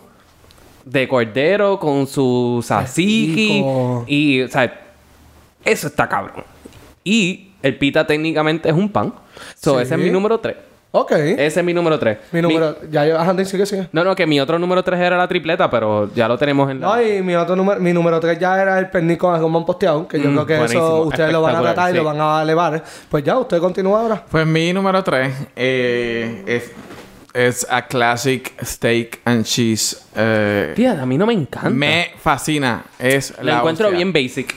Speaker 1: De cordero con su tzatziki.
Speaker 3: rico.
Speaker 1: Y, o sea, eso está cabrón. Y el pita técnicamente es un pan. So,
Speaker 3: Sí.
Speaker 1: ese es mi número 3.
Speaker 3: Ok.
Speaker 1: Ese es Eh, mi número 3.
Speaker 3: mi número. Ya yo. Ajá, sigue, sigue.
Speaker 1: No, no, que mi otro número 3 era la tripleta, pero ya lo tenemos en la...
Speaker 3: No, y mi otro número, mi número 3 ya era el pernil con jamón posteado, que yo
Speaker 1: Mm,
Speaker 3: creo que
Speaker 1: buenísimo.
Speaker 3: eso ustedes lo van a
Speaker 1: Espectacular,
Speaker 3: tratar y
Speaker 1: sí.
Speaker 3: lo van a elevar. Pues ya, usted continúa ahora.
Speaker 2: Pues mi número 3 es, es a classic steak and cheese. eh,
Speaker 1: Fíjate, a mí no me encanta.
Speaker 2: me fascina. Es
Speaker 1: Lo
Speaker 2: la
Speaker 1: encuentro
Speaker 2: hostia.
Speaker 1: bien basic.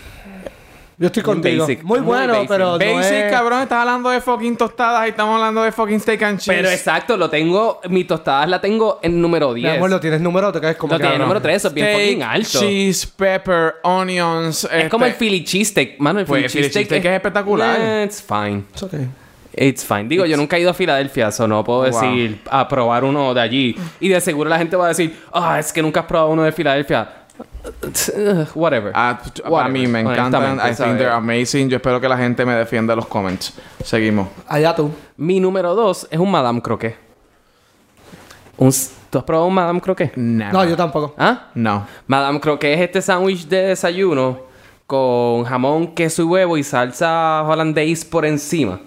Speaker 3: Yo estoy
Speaker 1: Muy
Speaker 3: contigo.
Speaker 1: basic,
Speaker 3: muy
Speaker 1: muy
Speaker 3: bueno,
Speaker 1: basic.
Speaker 3: pero. no
Speaker 2: Basic,
Speaker 3: es-
Speaker 2: cabrón, estás hablando de fucking tostadas y estamos hablando de fucking steak and cheese.
Speaker 1: Pero exacto, lo tengo... Mi tostadas la tengo en número
Speaker 3: Mi
Speaker 1: 10.
Speaker 3: amor, lo tienes número 3 como
Speaker 1: Lo
Speaker 3: que,
Speaker 1: tiene
Speaker 3: cabrón.
Speaker 1: número 3, eso es bien
Speaker 2: Steak,
Speaker 1: fucking alto.
Speaker 2: Cheese, pepper, onions.
Speaker 3: este
Speaker 2: este,
Speaker 1: Es como el Philly cheesesteak. Mano, el
Speaker 2: Pues,
Speaker 1: Philly
Speaker 2: el Philly
Speaker 1: cheesesteak
Speaker 2: cheesesteak es espectacular.
Speaker 1: Eh, It's fine.
Speaker 3: It's okay.
Speaker 1: It's fine. Digo, yo nunca he ido a Filadelfia, eso no puedo
Speaker 2: Wow.
Speaker 1: decir a probar uno de allí. Y de seguro la gente va a decir, ah, es que nunca has probado uno de Filadelfia. Whatever.
Speaker 2: Ah, a
Speaker 1: Whatever,
Speaker 2: mí me encantan.
Speaker 1: honestamente,
Speaker 2: I think
Speaker 1: ¿sabes?
Speaker 2: they're amazing. Yo espero que la gente me defienda en los comments. Seguimos.
Speaker 3: Allá tú.
Speaker 1: Mi número dos es un Madame Croquet. Un s- ¿Tú has probado un Madame Croquet?
Speaker 3: No, yo tampoco.
Speaker 1: ¿Ah?
Speaker 2: No.
Speaker 1: Madame Croquet es este sándwich de desayuno con jamón, queso y huevo y salsa holandés por encima.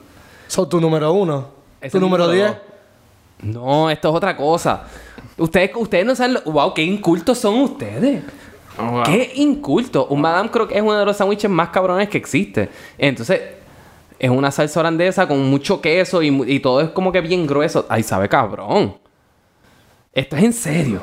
Speaker 3: Son tu número uno.
Speaker 1: Ese
Speaker 3: tu
Speaker 1: es mi
Speaker 3: número 10.
Speaker 1: dos. No, esto es otra cosa. Ustedes, ustedes no saben... lo- ¡Wow! ¡Qué incultos son ustedes!
Speaker 2: Oh, wow.
Speaker 1: ¡Qué inculto! Un Madame Croque es uno de los sándwiches más cabrones que existe. Entonces, es una salsa holandesa con mucho queso y, mu- y todo es como que bien grueso. ¡Ay, sabe cabrón! Esto es en serio.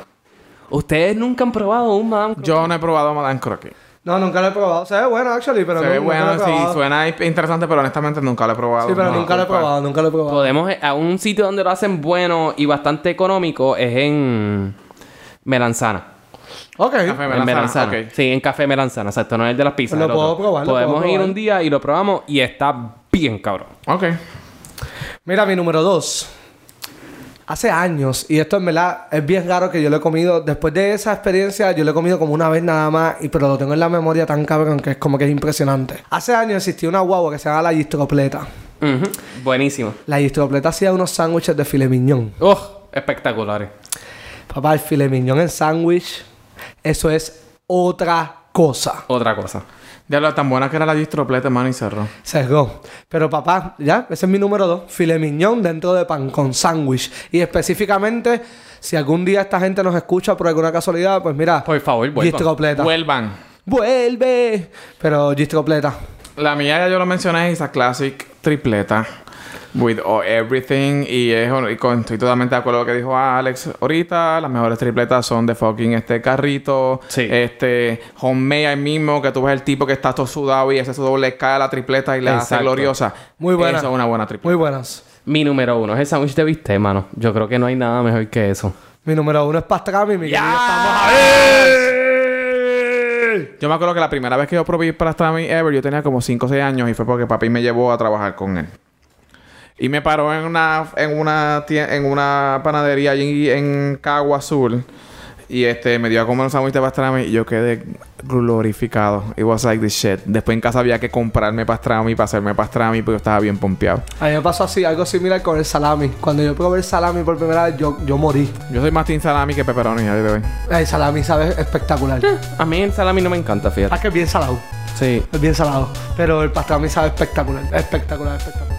Speaker 1: Ustedes nunca han probado un Madame Croque.
Speaker 2: Yo no he probado Madame Croquet.
Speaker 3: No, nunca lo he probado. Se ve bueno, actually, pero
Speaker 2: Se
Speaker 3: no,
Speaker 2: ve
Speaker 3: nunca lo he
Speaker 2: bueno, sí,
Speaker 3: probado.
Speaker 2: suena i- interesante, pero honestamente nunca lo he probado.
Speaker 3: Sí, pero
Speaker 2: No,
Speaker 3: nunca lo he
Speaker 2: culpa.
Speaker 3: probado, nunca lo he probado.
Speaker 1: Podemos... eh, A un sitio donde lo hacen bueno y bastante económico es en... Melanzana.
Speaker 3: Ok.
Speaker 2: Café
Speaker 1: En
Speaker 2: melanzana.
Speaker 1: Melanzana.
Speaker 2: ok.
Speaker 1: Sí, en Café Melanzana. Exacto, no es el de las pizzas.
Speaker 3: Pues Lo
Speaker 1: el otro.
Speaker 3: puedo probar, lo
Speaker 1: Podemos
Speaker 3: puedo
Speaker 1: ir
Speaker 3: probar.
Speaker 1: un día y lo probamos y está bien cabrón.
Speaker 2: Ok.
Speaker 3: Mira, mi número dos. Hace años, y esto en verdad es bien raro que yo lo he comido. Después de esa experiencia, yo lo he comido como una vez nada más, y pero lo tengo en la memoria tan cabrón que es como que es impresionante. Hace años existía una guagua que se llama la Gistropleta.
Speaker 1: Ujú, Buenísimo.
Speaker 3: La Gistropleta hacía unos sándwiches de filet mignon.
Speaker 1: Oh, espectaculares.
Speaker 3: Papá, el filet mignon en sándwich, eso es otra cosa.
Speaker 1: Otra cosa.
Speaker 2: Ya lo tan buena que era la distropleta, mano, y cerró.
Speaker 3: Sesgó. Pero papá, ya, ese es mi número dos. Filet mignon dentro de pan con sándwich. Y específicamente, si algún día esta gente nos escucha por alguna casualidad, pues mira.
Speaker 1: Por favor, vuelvan.
Speaker 3: Gist completa.
Speaker 2: Vuelvan.
Speaker 3: Vuelve. Pero gist completa.
Speaker 2: La mía ya yo lo mencioné es esa classic tripleta. With all- everything. Y, es, y con- estoy totalmente de acuerdo con lo que dijo Alex ahorita. Las mejores tripletas son de fucking este carrito.
Speaker 1: Sí.
Speaker 2: Este homemade ahí mismo. Que tú ves el tipo que está todo sudado y ese sudor le cae a la tripleta y la hace
Speaker 1: Exacto.
Speaker 2: gloriosa.
Speaker 3: Muy buena.
Speaker 2: Eso es una buena tripleta.
Speaker 3: Muy buenas.
Speaker 1: Mi número uno es el sándwich de bistec, mano. Yo creo que no hay nada mejor que eso.
Speaker 3: Mi número uno es pastrami. Mi querido,
Speaker 2: Yo me acuerdo que la primera vez que yo probé pastrami ever, yo tenía como 5 o 6 años y fue porque papi me llevó a trabajar con él. Y me paró en una en una tie- en una panadería allí en Cagua Azul y este me dio a comer un sándwich de pastrami y yo quedé glorificado. It was like this shit. Después en casa había que comprarme pastrami para hacerme pastrami porque yo estaba bien pompeado.
Speaker 3: A mí me pasó así, algo similar con el salami. Cuando yo probé el salami por primera vez, yo, yo morí.
Speaker 2: Yo soy más team salami que pepperoni a día de hoy.
Speaker 3: El salami sabe espectacular.
Speaker 1: A mí el salami no me encanta, fíjate.
Speaker 3: Ah, que es bien salado.
Speaker 1: Sí.
Speaker 3: Es bien salado. Pero el pastrami sabe espectacular. Espectacular, espectacular.